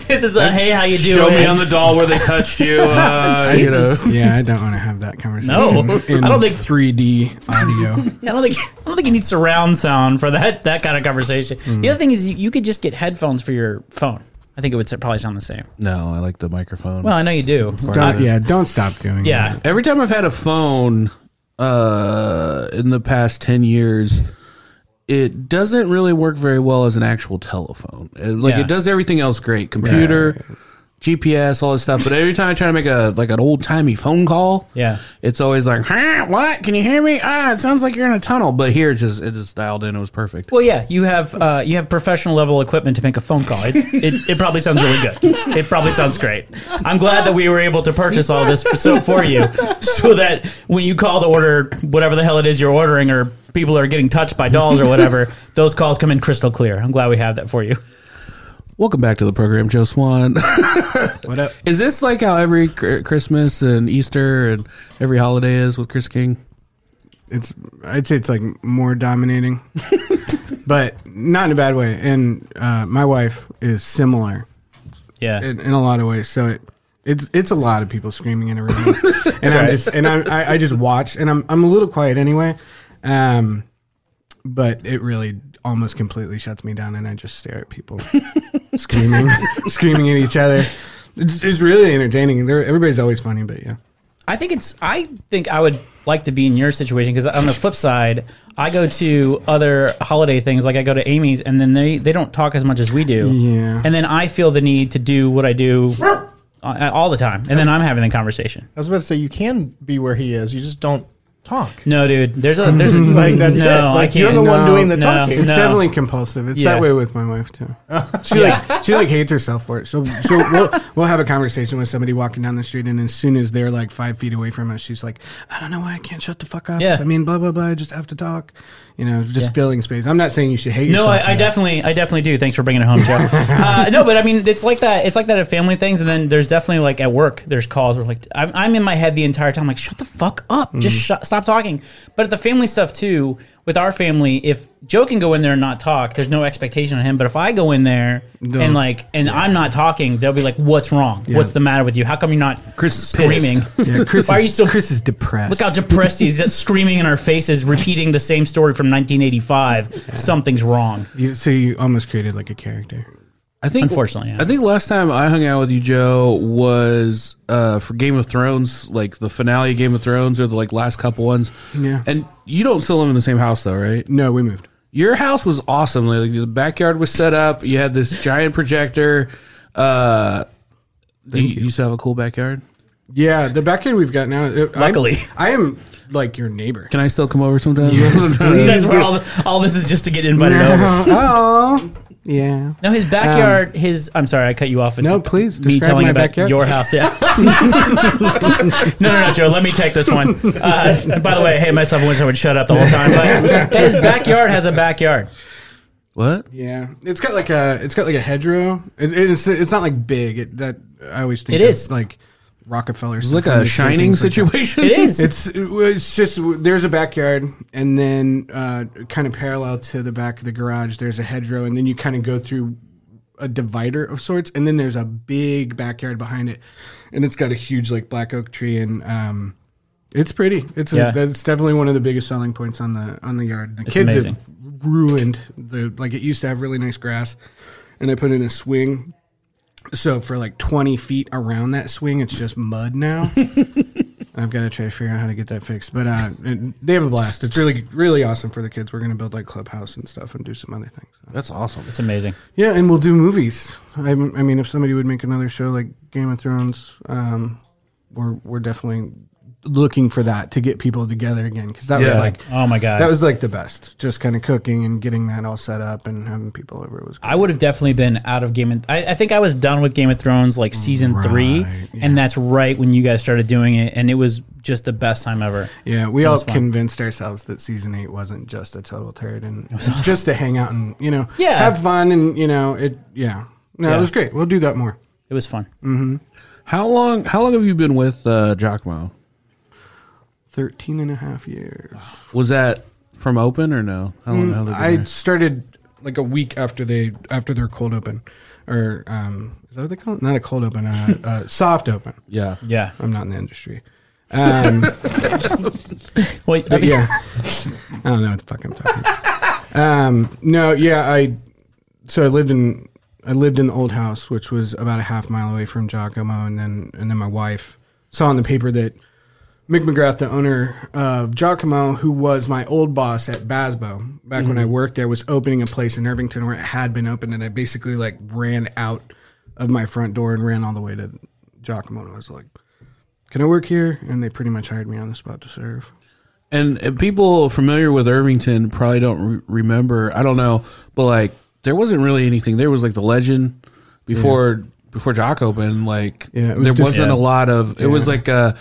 This is a hey, how you doing?
Show me on the doll where they touched you. Uh, you know.
Jesus.
Yeah, I don't want to have that conversation.
No.
in
I don't think-
3D audio.
I don't think I don't think you need surround sound for that that kind of conversation. The other thing is you, you could just get headphones for your phone. I think it would s- probably sound the same.
No, I like the microphone.
Well, I know you do.
don't, yeah, don't stop doing.
Uh, Yeah,
Every time I've had a phone uh, in the past 10 years, it doesn't really work very well as an actual telephone. It- like
Yeah.
it does everything else great, computer, GPS, all this stuff, but every time I try to make a like an old-timey phone call,
Yeah.
It's always like, "Huh? "What? Can you hear me? Ah, it sounds like you're in a tunnel." But here it just it just dialed in. It was perfect.
Well, yeah, you have uh, you have professional level equipment to make a phone call. It, it, it probably sounds really good. It probably sounds great. I'm glad that we were able to purchase all this for, so for you, so that when you call to order whatever the hell it is you're ordering, or people are getting touched by dolls or whatever, those calls come in crystal clear. I'm glad we have that for you.
Welcome back to the program, Joe Swan.
What up?
is this like how every cr- Christmas and Easter and every holiday is with Chris King?
It's I'd say it's like more dominating, but not in a bad way. And uh, my wife is similar
Yeah,
in, in a lot of ways. So it it's it's a lot of people screaming in a room, and I'm just and I'm, I I just watch, and I'm I'm a little quiet anyway, um, but it really almost completely shuts me down, and I just stare at people screaming screaming at each other. It's, it's really entertaining. They're, everybody's always funny, but yeah,
I think it's. I think I would like to be in your situation because on the flip side, I go to other holiday things like I go to Amy's, and then they they don't talk as much as we do.
Yeah.
And then I feel the need to do what I do uh, all the time, and then I'm having the conversation.
I was about to say you can be where he is. You just don't talk.
No, dude. There's a there's a,
Like that's
no,
it. Like
I can't.
you're the one
No,
doing the
no.
talking.
it's
No.
definitely compulsive. It's
Yeah.
that way with my wife too. She like she like hates herself for it. So so we'll we'll have a conversation with somebody walking down the street, and as soon as they're like five feet away from us, she's like, I don't know why I can't shut the fuck up.
Yeah.
I mean, blah blah blah. I just have to talk. You know, just filling space. I'm not saying you should hate.
No,
yourself
I,
for
I
that.
definitely, I definitely do. Thanks for bringing it home, Joe. uh, no, but I mean, it's like that. It's like that at family things, and then there's definitely like at work, there's calls where like I'm, I'm in my head the entire time, like shut the fuck up,
Mm-hmm.
just shut, stop talking. But at the family stuff too, with our family, if Joe can go in there and not talk, there's no expectation on him. But if I go in there and like, and I'm not talking, they'll be like, "What's wrong? What's the matter with you? How come you're not
Chris is
screaming?
Yeah, Chris
Why
is,
are you so
Chris is depressed.
Look how depressed he's just screaming in our faces, repeating the same story from 1985. Something's wrong.
You- so you almost created like a character.
I think,
Unfortunately, yeah.
I think last time I hung out with you, Joe, was uh, for Game of Thrones, like the finale of Game of Thrones, or the like last couple ones.
Yeah.
And you don't still live in the same house though, right?
No, we moved.
Your house was awesome. Like the backyard was set up. You had this giant projector. Uh, do you, you still have a cool backyard?
Yeah, the backyard we've got now. it- I'm-
Luckily.
I am like your neighbor.
Can I still come over sometime?
That's where all, the, all this is just to get invited over.
oh, yeah.
No, his backyard, his. I'm sorry, I cut you off. It's
Um, No, please,
Me
describe
telling
my
about
backyard.
your house. Yeah. no, no, no, Joe. Let me take this one. Uh, by the way, I hate myself. I wish I would shut up the whole time. But his backyard has a backyard.
What?
Yeah, it's got like a it's got like a hedgerow. It, it's it's not like big. It, that I always think
It
of,
is.
like Rockefeller.
Like
Symphony
a
or
shining
things like that.
situation?
It is.
It's it's just there's a backyard, and then uh, kind of parallel to the back of the garage, there's a hedgerow, and then you kind of go through a divider of sorts, and then there's a big backyard behind it, and it's got a huge like black oak tree, and um, it's pretty. It's a,
Yeah.
that's definitely one of the biggest selling points on the on the yard. The kids
amazing.
have ruined the like it used to have really nice grass, and I put in a swing. So for like 20 feet around that swing, it's just mud now. I've got to try to figure out how to get that fixed. But uh, and they have a blast. It's really, really awesome for the kids. We're going to build like clubhouse and stuff and do some other things.
That's awesome.
It's amazing.
Yeah, and we'll do movies. I, I mean, if somebody would make another show like Game of Thrones, um, we're we're definitely looking for that to get people together again because that was
Yeah.
like
Oh my god.
Uh, that was like the best. Just kind of cooking and getting that all set up and having people over was. Great.
I would have definitely been out of Game of I, I think I was done with Game of Thrones like season three. And that's right when you guys started doing it. And it was just the best time ever.
Yeah, we all
was fun.
convinced ourselves that season eight wasn't just a total turd and just to hang out and you know
Yeah.
have fun and you know it. Yeah, no,
Yeah.
it was great. We'll do that more.
It was fun.
Mm.
How long how long have you been with uh Giacomo?
13 and a half years.
Was that from open or no? How long how long have they been
I
there?
started like a week after they after their cold open, or um, is that what they call it? Not a cold open, uh, uh, soft open.
Yeah.
Yeah.
I'm not in the industry. Um,
Well, I
but
mean-
Uh, yeah, I don't know what the fuck I'm talking. About. Um, no, yeah, I so I lived in I lived in the old house, which was about a half mile away from Giacomo, and then and then my wife saw in the paper that Mick McGrath, the owner of Giacomo, who was my old boss at Basbo back when I worked there, was opening a place in Irvington where it had been open, and I basically like ran out of my front door and ran all the way to Giacomo, and I was like. Can I work here? And they pretty much hired me on the spot to serve.
And uh, people familiar with Irvington probably don't re- remember. I don't know, but like there wasn't really anything. There was like the legend before before Jock opened. Like
Yeah, it was
there
just-
wasn't
Yeah.
a lot of. It was like uh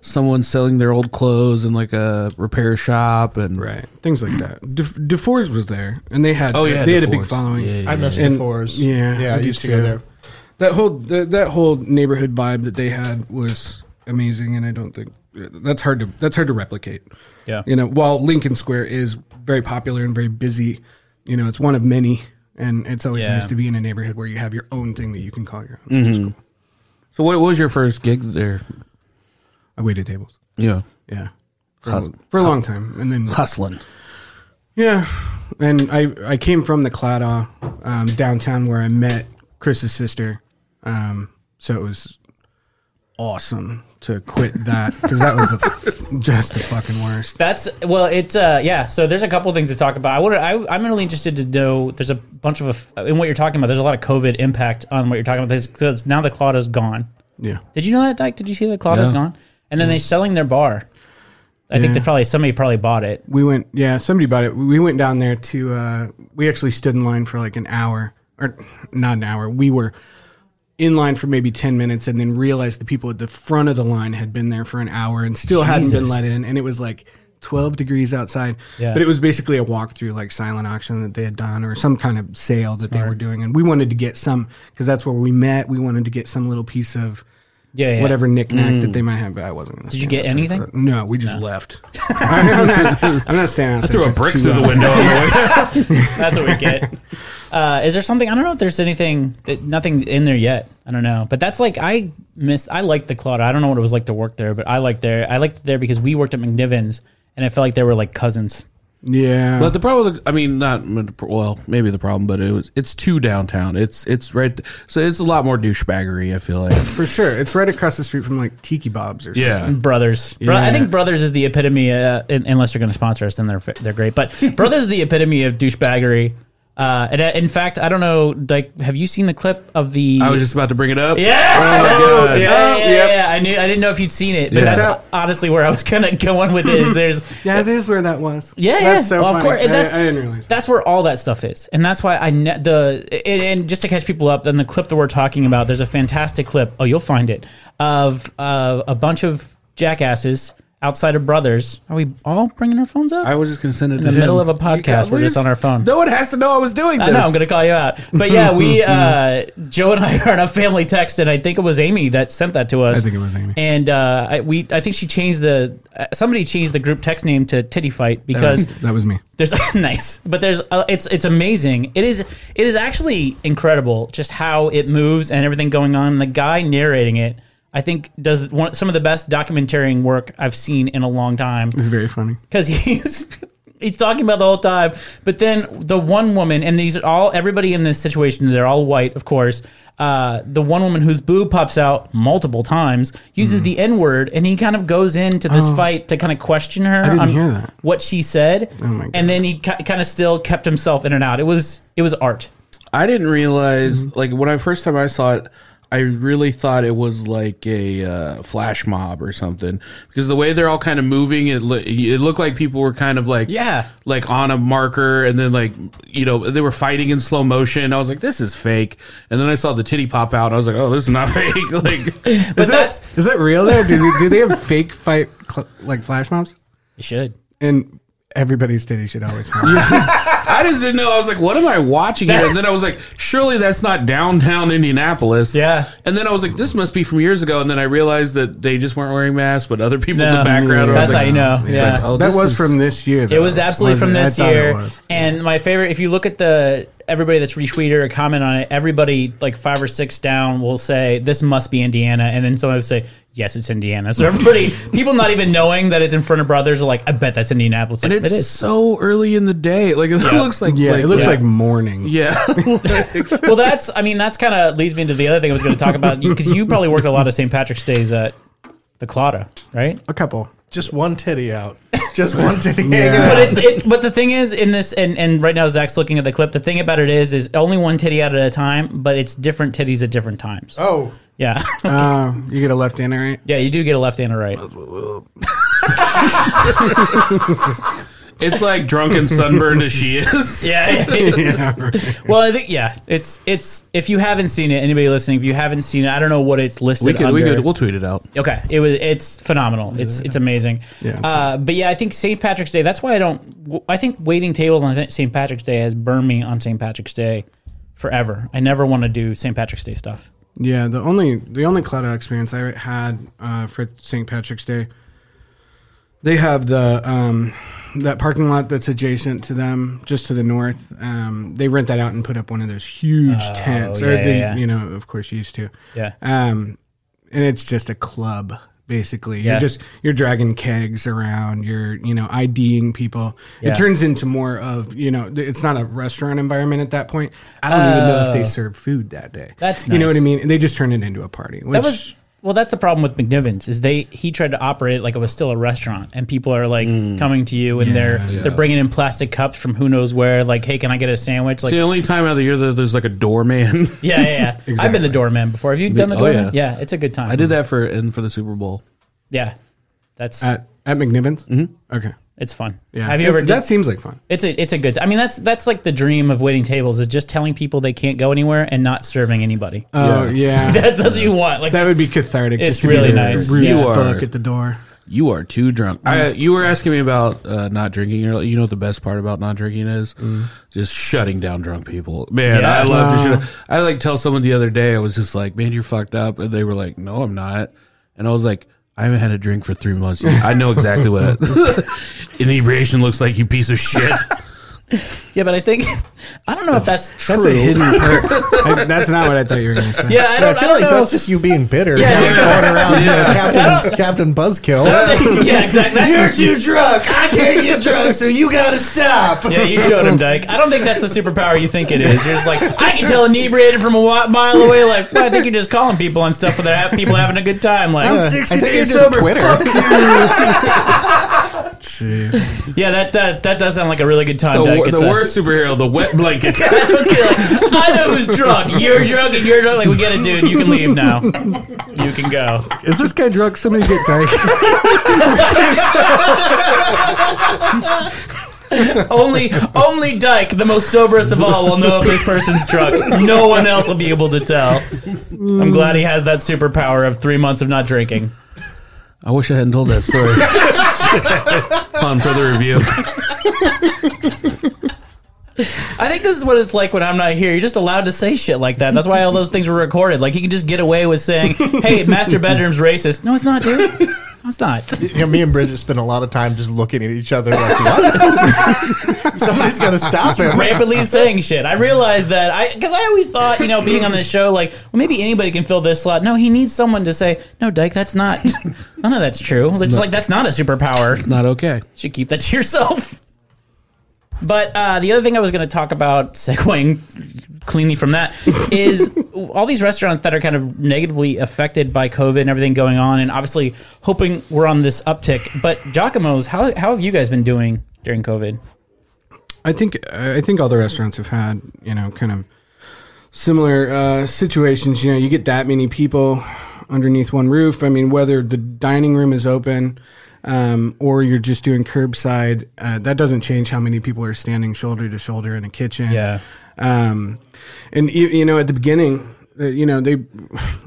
someone selling their old clothes in like a repair shop and
Right. Things like that. De- DeForest was there, and they had
Oh, yeah,
they had a
DeForest.
big following.
Yeah, yeah,
I missed
And-
the fours.
yeah,
yeah, I,
I do
used to go
too.
there.
That whole that, that whole neighborhood vibe that they had was amazing, and I don't think that's hard to that's hard to replicate.
Yeah.
You know, while Lincoln Square is very popular and very busy, you know, it's one of many, and it's always
Yeah.
nice to be in a neighborhood where you have your own thing that you can call your own.
Mm. So what was your first gig there?
I waited tables.
Yeah,
Yeah. For,
Hus-
for a long time, and then
hustling.
Yeah, and I I came from the Claddagh um, downtown where I met Chris's sister, um, so it was awesome to quit that because that was the, just the fucking worst.
That's well, it's uh, yeah. So there's a couple things to talk about. I would, I, I'm really interested to know. There's a bunch of uh, in what you're talking about. There's a lot of COVID impact on what you're talking about. There's, 'cause now the Claude is gone.
Yeah,
Did you know that, Dyke? Did you see the Claude is
Yeah.
gone? And then they're selling their bar. I think they
Yeah.
probably somebody probably bought it.
we went. Yeah, somebody bought it. We went down there to. Uh, we actually stood in line for like an hour, or not an hour. We were in line for maybe 10 minutes and then realized the people at the front of the line had been there for an hour and still hadn't been
Jesus.
let in and it was like 12 degrees outside
Yeah.
but it was basically a walkthrough like silent auction that they had done or some kind of sale that they were doing and we wanted to get some because that's where we met we wanted to get some little piece of
Yeah, yeah.
whatever knickknack that they might have but i wasn't gonna
Did you
stand
get
outside
anything?
for it. no we just left I'm, not, I'm not standing outside
Threw a
for
brick
two
through the
hours.
window.
That's what we get. Uh, is there something? I don't know if there's anything. That, nothing in there yet. I don't know. But that's like I missed. I liked the Claude. I don't know what it was like to work there, but I liked there. I liked it there because we worked at McNiven's, and I felt like they were like cousins.
yeah
But the problem, I mean, not well, maybe the problem, but it was it's too downtown. It's it's right, so it's a lot more douchebaggery. I feel like.
for sure it's right across the street from like tiki bobs or something
Yeah,
Brothers. Bro- I
Yeah.
think Brothers is the epitome. Uh, un- unless they're going to sponsor us, then they're they're great. But Brothers is the epitome of douchebaggery. Uh, and uh, in fact, I don't know. Like, have you seen the clip of the?
I was just about to bring it up.
Yeah.
Oh,
yeah,
God.
yeah,
Oh,
yeah,
yep.
yeah. I knew. I didn't know if you'd seen it, but
Yeah.
that's
That's
honestly where I was kind of going with it. Is there's
Yeah, that is where that was.
Yeah,
that's
yeah.
so
Well, of
funny.
course, and
I-
that's-
I, didn't realize. That.
That's where all that stuff is, and that's why I ne- the and, and just to catch people up. And the clip that we're talking about, there's a fantastic clip. Oh, you'll find it of uh, a bunch of jackasses. outside of brothers. Are we all bringing our phones up?
I was just going to send it
in the middle of a podcast, we're just on our phone.
No one has to know I was doing this.
I know I'm going to call you out, but yeah, we uh,
Mm-hmm.
Joe and I are on a family text, and I think it was Amy that sent that to us.
I think it was Amy.
and uh, I, we I think she changed the uh, somebody changed the group text name to Titty Fight because
that was me.
there's nice, but there's uh, it's it's amazing. It is it is actually incredible just how it moves and everything going on. And the guy narrating it, I think, does one, some of the best documentaryin work I've seen in a long time
It's very funny.
because he's he's talking about the whole time. But then the one woman, and these are all everybody in this situation, they're all white, of course. Uh, the one woman whose boob pops out multiple times uses
Hmm.
the N word, and he kind of goes into this fight to kind of question her
Oh. didn't
on
hear that. Oh
what she said,
my God.
and then he ki- kind of still kept himself in and out. It was it was art.
I didn't realize
Mm-hmm.
like when I first time I saw it, I really thought it was like a uh, flash mob or something because the way they're all kind of moving, it lo- it looked like people were kind of like
Yeah.
like on a marker and then like you know they were fighting in slow motion. I was like, this is fake, and then I saw the titty pop out. I was like, oh, this is not fake. like,
But that's
Is that real though? Do they, do they have fake fight cl- like flash mobs?
you should.
And everybody's titty should always.
I just didn't know. I was like, what am I watching? here? And then I was like, surely that's not downtown Indianapolis.
Yeah.
And then I was like, this must be from years ago. And then I realized that they just weren't wearing masks, but other people in
No.
the background. I was
That's
like,
how you know.
It's
Yeah.
like, oh,
that
this
was
is-
from this year. Though.
It was absolutely from
wasn't it? I
this
thought it
year.
was.
And my favorite, if you look at the everybody that's retweeted or comment on it, everybody like five or six down will say this must be Indiana, and then someone will say yes, it's Indiana. So everybody, people not even knowing that it's in front of brothers are like, I bet that's Indianapolis.
And
Like,
it's
it is.
so early in the day. Like, it looks like.
Yeah,
like,
it looks
yeah.
like morning.
Yeah.
Well, that's I mean that's kind of leads me into the other thing I was going to talk about because you probably worked a lot of St. Patrick's days at the Clotta, right?
A couple.
Just one titty out. Just one titty.
Yeah.
but it's it, but the thing is in this and and right now Zach's looking at the clip. The thing about it is is only one titty out at a time, but it's different titties at different times.
Oh,
Yeah,
Uh, you get a left and a right.
yeah, you do get a left and a right.
It's like drunk and sunburned as she is.
Yeah. it is. Well, I think yeah, it's it's if you haven't seen it, anybody listening, if you haven't seen it, I don't know what it's listed.
We could, we
under.
could, we'll tweet it out.
Okay, it was. It's phenomenal. It's it's amazing.
Yeah, I'm
Uh, but yeah, I think St. Patrick's Day. That's why I don't. w- I think waiting tables on St. Patrick's Day has burned me on St. Patrick's Day forever. I never want to do St. Patrick's Day stuff.
Yeah, the only the only cloud out experience I had uh, for St. Patrick's Day, they have the um, that parking lot that's adjacent to them, just to the north. Um, they rent that out and put up one of those huge tents, or
Oh, yeah,
they,
yeah, yeah.
you know, of course, used to.
Yeah.
Um, and it's just a club basically.
Yeah.
You're just you're dragging kegs around. You're you know IDing people.
Yeah.
It turns into more of you know th- it's not a restaurant environment at that point. I don't even know if they serve food that day.
Uh, That's
you know what I
nice.
mean. They just turn it into a party. Which,
That was well. That's the problem with McNiven's is they he tried to operate it like it was still a restaurant, and people are like coming to you and they're they're bringing in plastic cups from who knows where. Like, hey, can I get a sandwich? Like,
It's the only time out of the year that there's like a doorman.
yeah, yeah. yeah. I've been the doorman before. Have you done the
oh,
doorman?
yeah.
yeah. it's a good time.
I did that for and for the Super Bowl.
Yeah, that's
at at McNiven's. Mm-hmm. Okay.
it's fun.
Yeah.
Have you
It's-
ever?
That seems like fun.
It's a it's a good. I mean, that's that's like the dream of waiting tables is just telling people they can't go anywhere and not serving anybody.
Oh yeah.
that's, that's what you want. Like
That would be cathartic.
It's
just to be
really
the
nice.
Rude
You
as
are-
fuck at the door.
You are too drunk. I, you were asking me about uh, not drinking earlier. You know what the best part about not drinking is? Just shutting down drunk people. Man,
Yeah.
I love to shut. I like tell someone the other day. I was just like, "Man, you're fucked up," and they were like, "No, I'm not." And I was like, "I haven't had a drink for three months. I know exactly what inebriation looks like. You piece of shit."
yeah, but I think I don't know if that's true.
That's a hidden perk. I- that's not what I thought you were going to say.
yeah, I
I,
don't. I,
feel
don't
like
know.
that's just you being bitter.
Yeah,
You're
yeah.
going around you know, Captain Captain Buzzkill.
yeah, exactly. That's
too drunk. I can't get drunk, so you gotta stop.
Yeah, you showed him, Dyke. I don't think that's the superpower you think it is. You're just like, I can tell inebriated from a wa- mile away. Like, well, I think you're just calling people on stuff without ha- people having a good time. Like,
I think you're just Twitter.
yeah, that that, that does sound like a really good time.
the
Dyke.
wor-
It's
the
a-
worst superhero, the wet blanket.
You're like, I know who's drunk. You're drunk, and you're drunk. Like, we get it, dude. You can leave now. You can go.
Is this guy drunk? Somebody get Dyke.
Only, only Dyke, the most soberest of all, will know if this person's drunk. No one else will be able to tell. I'm glad he has that superpower of three months of not drinking.
I wish I hadn't told that story. On further review.
I think this is what it's like when I'm not here. You're just allowed to say shit like that. That's why all those things were recorded. Like he can just get away with saying, "Hey, master bedroom's racist." No, it's not, dude. No, it's not.
Yeah, me and Bridget spend a lot of time just looking at each other like, what? Somebody's going to stop him.
Rapidly saying shit. I realized that I because I always thought you know being on this show like well maybe anybody can fill this slot. No, he needs someone to say no, Dyke. That's not none of that's true. It's like that's not a superpower.
Not okay.
should keep that to yourself. But uh, the other thing I was going to talk about, segueing cleanly from that, is all these restaurants that are kind of negatively affected by COVID and everything going on, and obviously hoping we're on this uptick. But Giacomo's, how, how have you guys been doing during COVID?
I think I think all the restaurants have had you know kind of similar uh, situations. You know, you get that many people underneath one roof. I mean, whether the dining room is open um, or you're just doing curbside, uh, that doesn't change how many people are standing shoulder to shoulder in a kitchen.
Yeah.
Um, and you, you know, at the beginning, uh, you know they,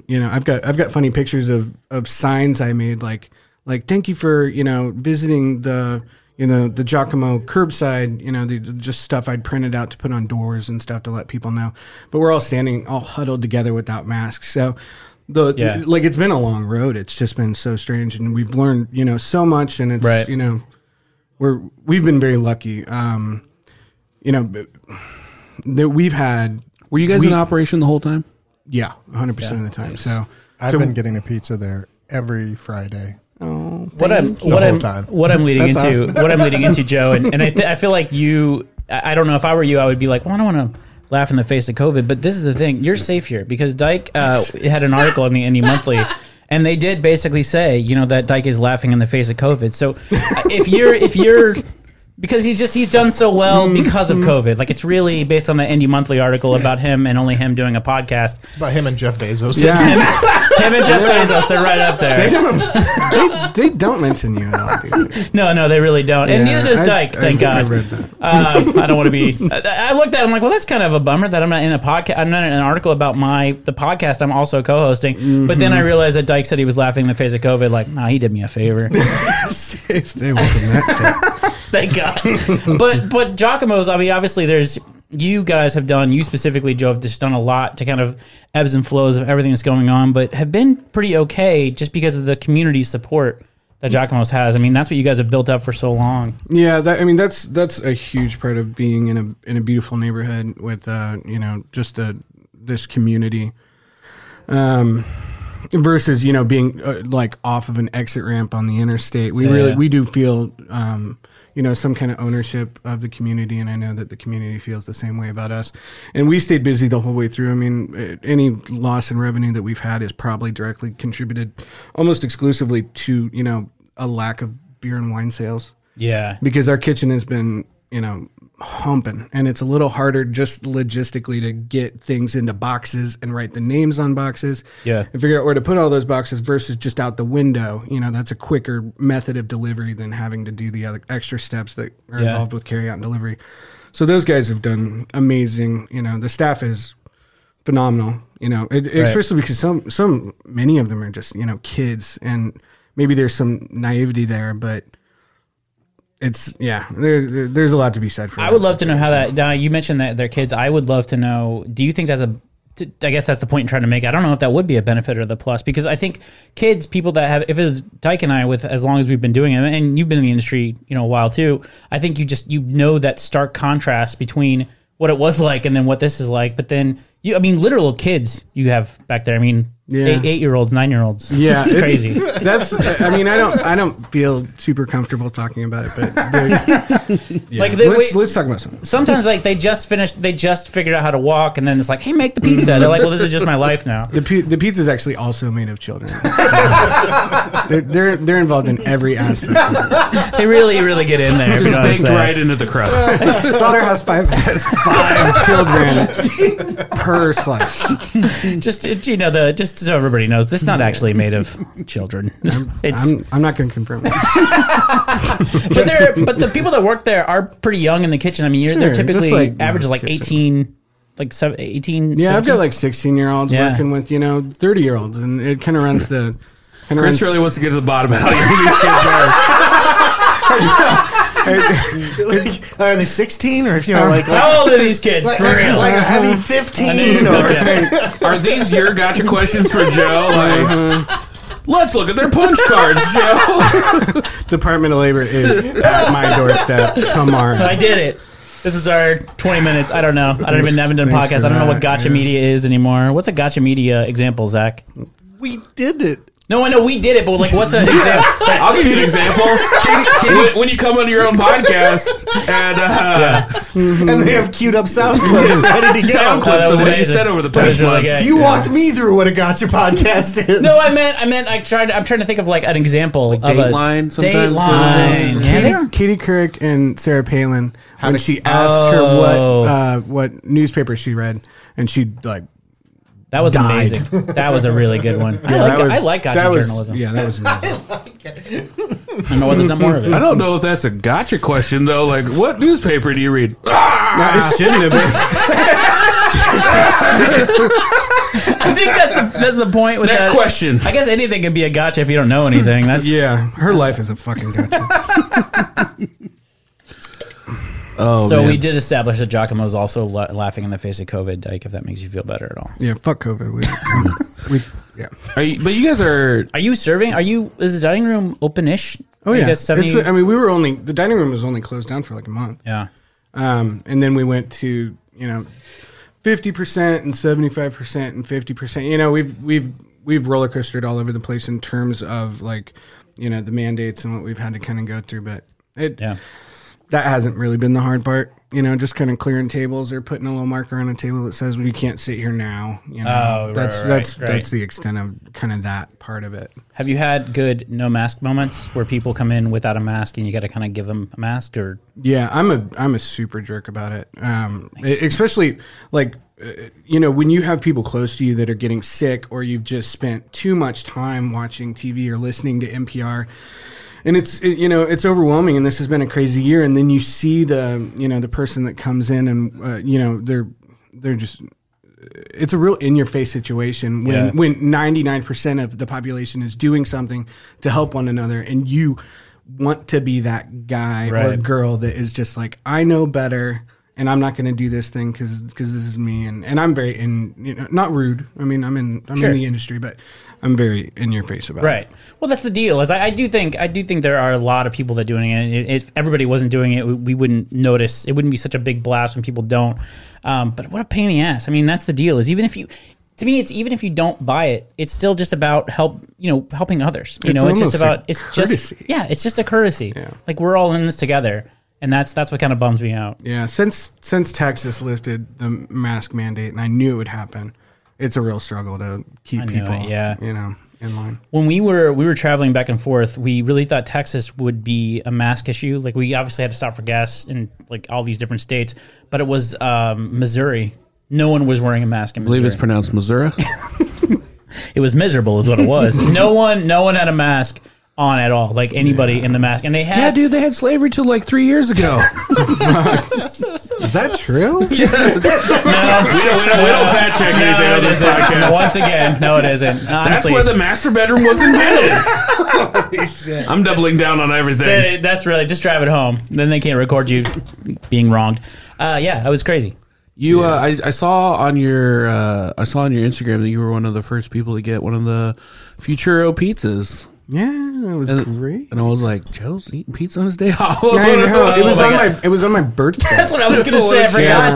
you know, I've got I've got funny pictures of of signs I made like like thank you for you know visiting the you know the Giacomo curbside you know the, the- just stuff I'd printed out to put on doors and stuff to let people know. But we're all standing all huddled together without masks, so. The,
Yeah.
like it's been a long road. It's just been so strange, and we've learned you know so much, and it's
Right.
you know we're we've been very lucky. Um, you know b- that we've had
Were you guys
We-
in operation the whole time?
yeah, 100% of the time. So
I've
So-
been getting a pizza there every Friday.
what I'm what
whole
I'm
time.
what I'm leading
That's
into
awesome.
what I'm leading into, Joe, and, and I th- I feel like you. I I don't know if I were you, I would be like, well, I don't want to laugh in the face of COVID, but this is the thing: you're safe here because Dyke uh, had an article in the Indie Monthly. And they did basically say, you know, that Dyke is laughing in the face of COVID. So uh, if you're if you're because he's just he's done so well
Mm-hmm.
because of COVID. Like it's really based on the Indie Monthly article about him and only him doing a podcast.
It's about him and Jeff Bezos.
yeah,
Him and Jeff Bezos, they're right up there.
they don't, they, they don't mention you at all. Dude.
No, no, they really don't. And
Yeah,
neither does
I-
Dyke,
I
thank
think I
God.
read that.
Um, I don't want to be. I I looked at. it, I'm like, well, that's kind of a bummer that I'm not in a podcast. I'm not in an article about my the podcast I'm also co-hosting. But then I realized that Dyke said he was laughing in the face of COVID. Like, nah, he did me a favor.
Stay, stay away from that. shit.
Thank God. but but Giacomo's. I mean, obviously, there's you guys have done. You specifically, Joe, have just done a lot to kind of ebbs and flows of everything that's going on, but have been pretty okay just because of the community support that Giacomo's has. I mean, that's what you guys have built up for so long.
Yeah, that, I mean that's that's a huge part of being in a in a beautiful neighborhood with uh, you know just the this community. Um versus you know being uh, like off of an exit ramp on the interstate we
Yeah.
really we do feel um you know some kind of ownership of the community and i know that the community feels the same way about us and we stayed busy the whole way through i mean uh, any loss in revenue that we've had is probably directly contributed almost exclusively to you know a lack of beer and wine sales
Yeah.
because our kitchen has been you know humping and it's a little harder just logistically to get things into boxes and write the names on boxes
Yeah.
and figure out where to put all those boxes versus just out the window you know that's a quicker method of delivery than having to do the other extra steps that are
Yeah.
involved with carry out and delivery so those guys have done amazing you know the staff is phenomenal. You know, it, especially because some some many of them are just you know kids, and maybe there's some naivety there, but it's yeah, there, there- there's a lot to be said for.
I
that
would love to know how
situation.
that. Now you mentioned that their kids. I would love to know. Do you think that's a? t- I guess that's the point I'm trying to make. I don't know if that would be a benefit or the plus because I think kids, people that have, if it's Dyke and I, with as long as we've been doing it, and you've been in the industry, you know, a while too. I think you just you know that stark contrast between what it was like and then what this is like. But then you, I mean, literal kids you have back there. I mean,
Yeah.
eight, eight year olds, nine year olds.
Yeah,
it's crazy.
That's I mean I don't I don't feel super comfortable talking about it, but dude, yeah.
Like, they-
let's,
wait-
let's talk about something.
Sometimes like they just finished, they just figured out how to walk, and then it's like, hey, make the pizza. They're like, well, this is just my life now.
The, pi- the pizza is actually also made of children. they're, they're they're involved in every aspect. of it.
They really, really get in there. if you know what I'm
Baked
saying.
right into the crust.
Slaughterhouse Five has five children per slice.
Just it- you know, the just so everybody knows, this is not actually made of children. It's,
I'm, I'm not going to confirm. it.
but they're but the people that work there are pretty young in the kitchen. I mean, you're, they're
Sure, just
typically
like
average is like
most kitchens.
eighteen, like seven, eighteen.
Yeah, I've
17.
got like 16 year olds
Yeah.
working with you know 30 year olds, and it kind of runs the
Chris
And runs-
really wants to get to the bottom of how young these kids are.
Like, are they 16 or if you know like like,
How old are these kids?
like,
For real.
like a heavy
Oh, I knew you were
15 or
gonna get it.
Are these your gotcha questions for Joe? Like, let's look at their punch cards, Joe.
Department of Labor is at my doorstep
I
tomorrow.
did it. This is our 20 minutes. I don't know. I don't even haven't done a
Thanks
podcast.
for
I don't know what
that,
gotcha
yeah.
media is anymore. What's a gotcha media example, Zach?
we did it
No, I know we did it, but like, what's an example?
I'll give you an example. When, when you come on your own podcast and uh,
and they have queued up sound clips ready to
sound
go.
that
clips
was
of what you
amazing.
said over the
That was
past
really
month.
good.
You walked me through what a gotcha podcast is.
No, I meant, I meant, I tried. I'm trying to think of like an example like of a
Dateline sometimes,
Dateline.
don't they?
Yeah, they
Um, Katie,
don't-
Katie Couric and Sarah Palin, when she asked her what
Oh.
uh, what newspaper she read, and she like
that was
Died.
amazing. That was a really good one. I
yeah,
like,
that was-
I like gotcha
that was-
journalism.
Yeah, that was amazing.
I don't know why there's not more of
I
it.
don't know if that's a gotcha question though. Like, what newspaper do you read? Ah,
No, it shouldn't have been.
I think that's the, that's the point. With
Next
that.
question.
I guess anything could be a gotcha if you don't know anything. That's
Yeah, her life is a fucking gotcha.
Oh,
So
man.
we did establish that Giacomo is also la- laughing in the face of COVID, Dyke, if that makes you feel better at all.
Yeah, fuck COVID. We, we yeah.
Are you, but you guys are.
Are you serving? Are you, is the dining room open-ish?
Oh
Are you
yeah.
guys 70
It's- I mean, we were only the dining room was only closed down for like a month.
yeah.
Um, and then we went to you know, fifty percent and seventy five percent and fifty percent. You know, we've we've we've roller coastered all over the place in terms of like, you know, the mandates and what we've had to kind of go through. But it
Yeah.
that hasn't really been the hard part. You know, just kind of clearing tables or putting a little marker on a table that says well, you can't sit here now. You know,
Oh, right,
that's
right,
that's
right.
that's the extent of kind of that part of it.
Have you had good no mask moments where people come in without a mask and you got to kind of give them a mask or
Yeah, I'm a I'm a super jerk about it. Um, especially like uh, you know when you have people close to you that are getting sick, or you've just spent too much time watching TV or listening to NPR, and it's it, you know it's overwhelming. And this has been a crazy year, and then you see the you know the person that comes in and uh, you know they're they're just uh, it's a real in your face situation when
Yeah.
when 99% of the population is doing something to help one another and you want to be that guy or
Right.
girl that is just like I know better and I'm not going to do this thing cuz this is me and and I'm very in you know not rude I mean I'm in I'm
Sure.
in the industry but I'm very in your face about it.
Right. Well, that's the deal. Is I, I do think I do think there are a lot of people that doing it. And If everybody wasn't doing it, we, we wouldn't notice. It wouldn't be such a big blast when people don't. Um, but what a pain in the ass. I mean, that's the deal. Is even if you, to me, it's even if you don't buy it, it's still just about help. You know, helping others. You
It's
know, it's just
almost a
about it's just
courtesy.
yeah, it's just a courtesy. Like we're all in this together, and that's that's what kind of bums me out.
Yeah, since since Texas lifted the mask mandate and I knew it would happen it's a real struggle to keep
knew
people
it, yeah.
you know in line.
when we were we were traveling back and forth, we really thought Texas would be a mask issue. Like we obviously had to stop for gas in like all these different states, but it was um, Missouri. No one was wearing a mask in
I believe
Missouri.
it's pronounced Missouri.
it was miserable, is what it was. no one, no one had a mask on at all. Like anybody in the mask, and they had.
yeah, dude, they had slavery till like three years ago.
Is that true?
we don't, we don't, we don't fact check
No,
anything
it
on this
isn't.
podcast.
Once again, no, it isn't.
That's
Honestly,
where the master bedroom was invented. I'm doubling down on everything.
Say- that's really just drive it home. Then they can't record you being wronged. Uh, yeah, it was crazy.
You, uh, I, I saw on your, uh, I saw on your Instagram that you were one of the first people to get one of the Futuro pizzas,
Yeah, it was
And-
great.
and I was like, Joe's eating pizza on his day off.
I know. It was
my
on
God.
my it was on my birthday.
That's what I was gonna say. I
Yeah.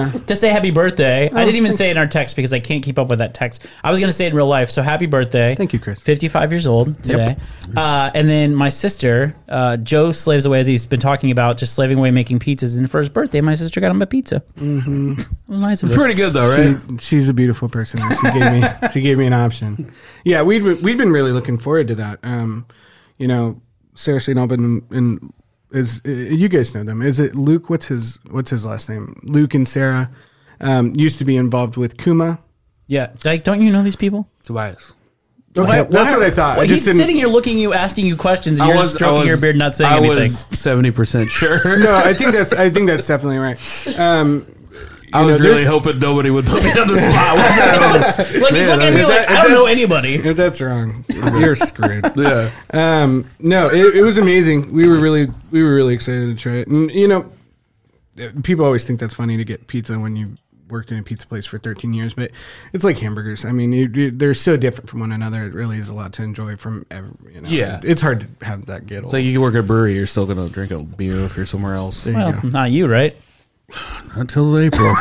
forgot Oh. to say happy birthday. I didn't even say it in our text because I can't keep up with that text. I was gonna say it in real life. So happy birthday.
Thank you, Chris.
Fifty-five years old today. Uh, and then my sister, uh, Joe, slaves away as he's been talking about, just slaving away making pizzas. And for his birthday, my sister got him a pizza.
Mm-hmm.
nice of
It's
her.
pretty good though, right?
She's a beautiful person. She gave me she gave me an option. Yeah, we'd we'd been really looking forward to that. Um, you know, Sarah St. Albin and is uh, you guys know them? Is it Luke? What's his What's his last name? Luke and Sarah um, used to be involved with Kuma.
Yeah, Dyke, don't you know these people?
Tobias.
Okay, that's what I thought.
Well,
I just
he's
didn't.
sitting here looking at you, asking you questions, and you're stroking your beard, not saying anything.
seventy percent sure.
no, I think that's I think that's definitely right. Um,
I
you
was
know,
really
there-
hoping nobody would put me on the spot. What the hell is this?
Like he's looking at me
if
like
that-
I
if
don't know
that's-
anybody.
If that's wrong, you're screwed.
Yeah.
Um, no, it, it was amazing. We were really, we were really excited to try it. And you know, people always think that's funny to get pizza when you worked in a pizza place for 13 years, but it's like hamburgers. I mean, you, you, they're so different from one another. It really is a lot to enjoy from every. You know,
Yeah.
it's hard to have that get old.
It's like you work at a brewery, you're still gonna drink a beer if you're somewhere else
Well, not you, right?
until April.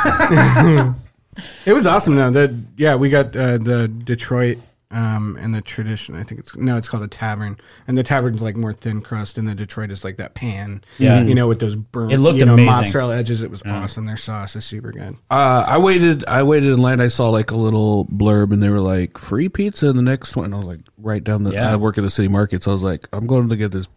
It was awesome though. That yeah, we got uh, the Detroit um, and the tradition. I think it's no, it's called a tavern, and the tavern's like more thin crust, and the Detroit is like that pan.
Yeah.
you know, with those burnt,
It looked
you know,
amazing.
mozzarella edges. It was awesome. Their sauce is super good.
Uh, I waited. I waited in line. I saw like a little blurb, and they were like, "Free pizza in the next one." And I was like, right down the.
Yeah.
I work at the city market, so I was like, I'm going to get this,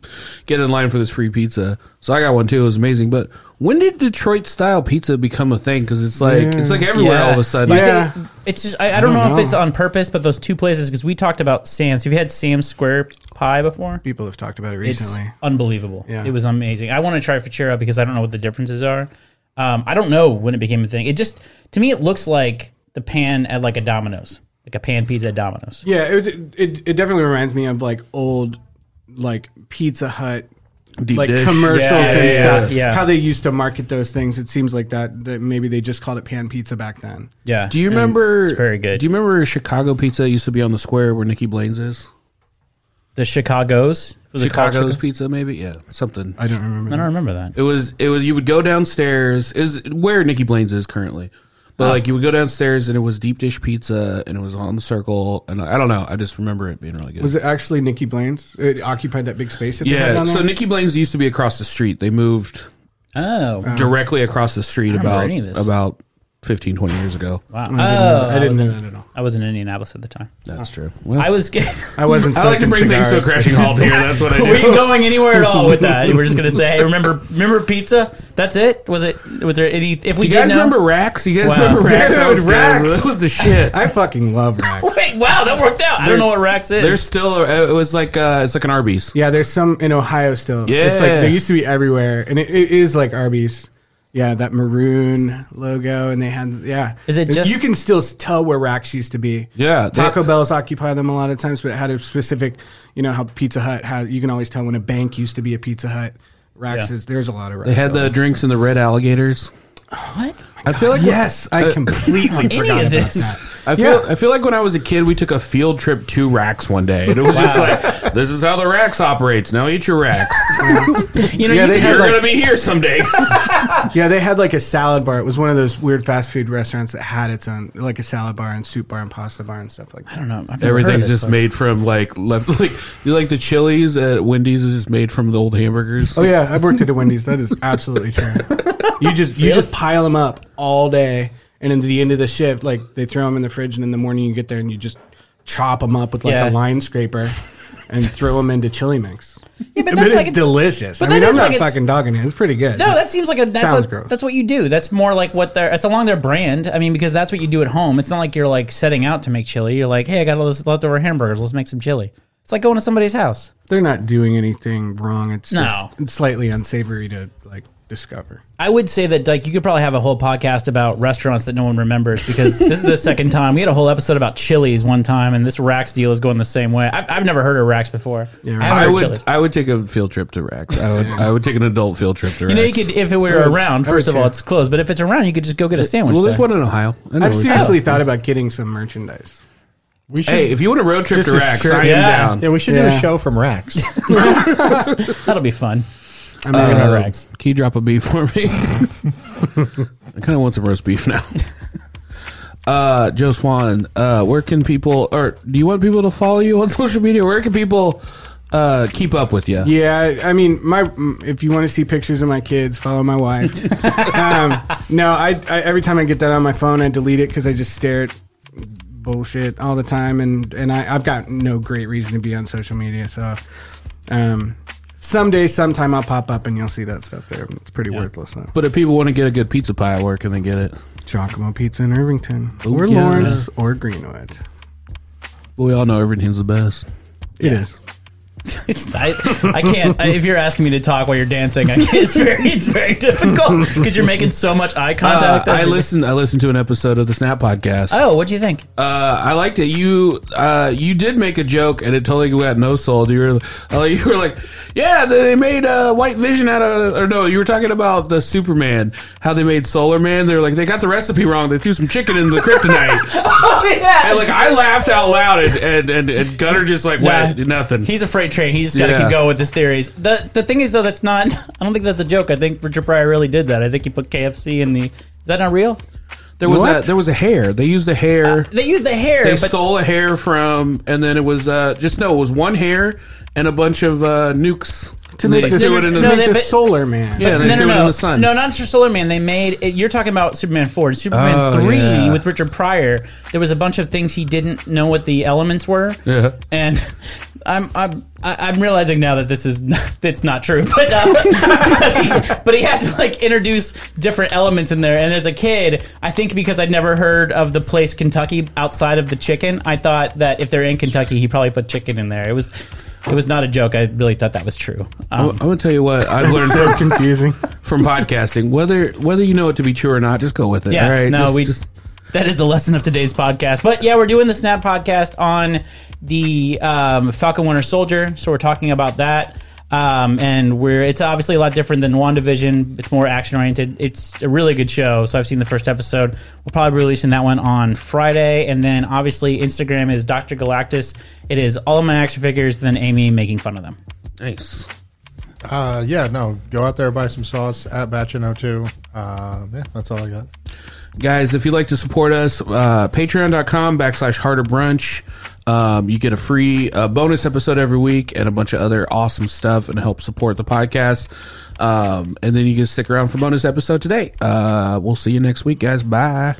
get in line for this free pizza. So I got one too. It was amazing. But when did Detroit style pizza become a thing? Because it's like it's like everywhere all of a sudden.
Like, they-
Yeah.
it's just I, I don't know,
know.
if it's on purpose, but those two places because we talked about Sam's. Have you had Sam's Square Pie before?
People have talked about it
It's
recently.
unbelievable.
Yeah.
It was amazing. I want to try Futura because I don't know what the differences are. Um, I don't know when it became a thing. It just to me it looks like the pan at like a Domino's, like a pan pizza at Domino's.
yeah, it, it it definitely reminds me of like old like Pizza Hut.
Deep
like
dish.
commercials
Yeah,
and
yeah,
stuff,
yeah. Yeah.
how they used to market those things. It seems like that, that maybe they just called it pan pizza back then.
Yeah.
Do you remember?
it's very good.
Do you remember Chicago pizza used to be on the square where Nikki Blaine's is?
the Chicago's? Was it called
Chicago's
Chica-
pizza, maybe? Yeah, something.
I don't remember.
I don't remember that.
It was it was you would go downstairs is where Nikki Blaine's is currently. But like you would go downstairs and it was deep dish pizza and it was on the circle and I, I don't know, I just remember it being really good.
Was it actually Nikki Blaine's? It occupied that big space that they had
yeah,
down there.
so Nikki Blaine's used to be across the street. They moved
Oh
directly across the street
remember
about
any of this.
about 15 20 years ago.
wow!
I didn't,
Oh,
know, that. I didn't
was
know
in,
that at all.
I was in Indianapolis at the time.
That's true. Well,
I was. Getting,
I wasn't.
I like to bring
smoking
things to a
cigars.
crashing halt here. That's what I
we ain't
do.
going anywhere at all with that. We're just gonna say, hey, remember, remember pizza? That's it. Was it? Was there any? If we
Do you guys
did know-
remember Racks? You guys
Wow.
remember Racks? I
Dude,
was good.
Racks.
That was the shit.
I fucking love racks.
Wait, wow, that worked out. I don't know what Rax is.
There's still it was like uh, it's like an Arby's.
Yeah, there's some in Ohio still. it's like
Yeah.
they used to be everywhere, and it, it is like Arby's. Yeah, that maroon logo, and they had yeah.
Is it just-
you can still tell where racks used to be?
Yeah, they-
Taco Bell's occupy them a lot of times, but it had a specific. You know how Pizza Hut how you can always tell when a bank used to be a Pizza Hut. Racks
Yeah.
is there's a lot of racks.
They had the drinks and the red alligators. What? I feel like
yes, I
Uh,
completely
any
forgot
of
about
this.
that.
I feel
Yeah.
I feel like when I was a kid, we took a field trip to racks one day, and it was just like, "This is how the racks operates. Now eat your racks.
you know,
yeah,
you
they
could-
had
You're
like
gonna be here some days."
Yeah, they had like a salad bar. It was one of those weird fast food restaurants that had its own, like a salad bar and soup bar and pasta bar and stuff like that. I don't know.
I've never heard of
Everything's
this
just
place.
made from like left, like you like the chilies at Wendy's is just made from the old hamburgers.
Oh yeah, I've worked at a Wendy's. That is absolutely true. You just you just pile them up all day, and then at the end of the shift, like they throw them in the fridge, and in the morning you get there and you just chop them up with like
Yeah.
a line scraper, and throw them into chili mix.
Yeah, but
But
that's
it's
like it's-
delicious. I
but that
mean, I'm
is
not
like it's-
fucking dogging it. It's pretty good.
No, that seems like a that's
Sounds
a-
gross.
that's what you do. That's more like what they're. It's along their brand. I mean, because that's what you do at home. It's not like you're like setting out to make chili. You're like, hey, I got all this leftover hamburgers. Let's make some chili. It's like going to somebody's house.
they're not doing anything wrong. It's
No.
just it's slightly unsavory to like discover.
I would say that like you could probably have a whole podcast about restaurants that no one remembers because this is the second time we had a whole episode about Chili's one time, and this Rax deal is going the same way. I've, I've never heard of Rax before. Yeah, I, haven't
I
heard of
would
Chili's.
I would take a field trip to racks. I would I would take an adult field trip to
You
racks.
know, you could if it were
would-
around.
I would
First of all,
too.
it's closed, but if it's around, you could just go get a sandwich.
well, there's
there.
one in Ohio. I know
I've
it's-
seriously thought about getting some merchandise.
We should,
Hey, if you want a road trip
Just
to
a
racks,
shirt.
I am
Yeah.
down.
yeah, we should do
Yeah.
a show from Racks.
That'll be fun.
I'm not
Uh,
gonna
Rags.
Can you drop a beef for me? I kind of want some roast beef now. Uh, Joe Swan, uh, where can people, or do you want people to follow you on social media? Where can people uh, keep up with you?
Yeah, I mean, my mm, if you want to see pictures of my kids, follow my wife. um, no, I, I every time I get that on my phone, I delete it because I just stare at bullshit all the time, and and I, I've got no great reason to be on social media. So, um, someday, sometime, I'll pop up and you'll see that stuff there. It's pretty worthless though.
But if people want to get a good pizza pie, where can they get it?
Giacomo Pizza in Irvington,
Ooh,
or
yeah.
Lawrence, or Greenwood.
Well, we all know everything's the best.
It is.
I, I can't. I, if you're asking me to talk while you're dancing, I can't, it's very it's very difficult because you're making so much eye
Uh,
contact.
I listened. I listened to an episode of the Snap Podcast.
Oh, what do you think?
Uh, I liked it. You uh, you did make a joke, and it totally got no sold. You were uh, you were like, yeah, they made uh, White Vision out of or no, you were talking about the Superman, how they made Solar Man. They're like they got the recipe wrong. They threw some chicken in the kryptonite,
Oh, yeah.
and like I laughed out loud, and and and, and Gunner just like went
Nah.
nothing.
He's a freight train. He's got to
Yeah.
keep going with his theories. The the thing is though, that's not. I don't think that's a joke. I think Richard Pryor really did that. I think he put KFC in the. Is that not real?
there was
What?
a, there was a hair. They used a hair.
They used the hair,
Uh, they
but
stole a hair from, and then it was uh, just no, it was one hair and a bunch of uh, nukes
to make
They
this,
threw
to
it into the-
make
no, they-
this
but-
solar man.
Yeah, they
no,
threw
no,
it
no,
in the sun.
no, not for Solar Man. They made it, you're talking about Superman four, and Superman
Oh,
three
yeah.
with Richard Pryor. There was a bunch of things he didn't know what the elements were,
Yeah.
and I'm I'm I- I'm realizing now that this is not, it's not true, but uh, but he had to like introduce different elements in there. And as a kid, I think because I'd never heard of the place Kentucky outside of the chicken, I thought that if they're in Kentucky, he probably put chicken in there. It was. It was not a joke. I really thought that was true.
I'm,
Um,
I'm gonna tell you what I've learned
So
from,
confusing.
from podcasting. Whether whether you know it to be true or not, just go with it.
Yeah,
all right.
no,
Just-
we
just-
just that is the lesson of today's podcast. But yeah, we're doing the Snap podcast on the um, Falcon Winter Soldier, so we're talking about that. Um, and we're it's obviously a lot different than WandaVision. It's more action oriented. It's a really good show. So I've seen the first episode. We'll probably be releasing that one on Friday. And then obviously Instagram is Dr. Galactus. It is all of my action figures, then Amy making fun of them.
thanks.
Uh, yeah, no, go out there, buy some sauce at Batchin 02. Uh, yeah, that's all I got.
guys if you'd like to support us uh, patreon.com backslash harder brunch um, you get a free uh, bonus episode every week and a bunch of other awesome stuff and help support the podcast um, and then you can stick around for bonus episode today uh, we'll see you next week guys bye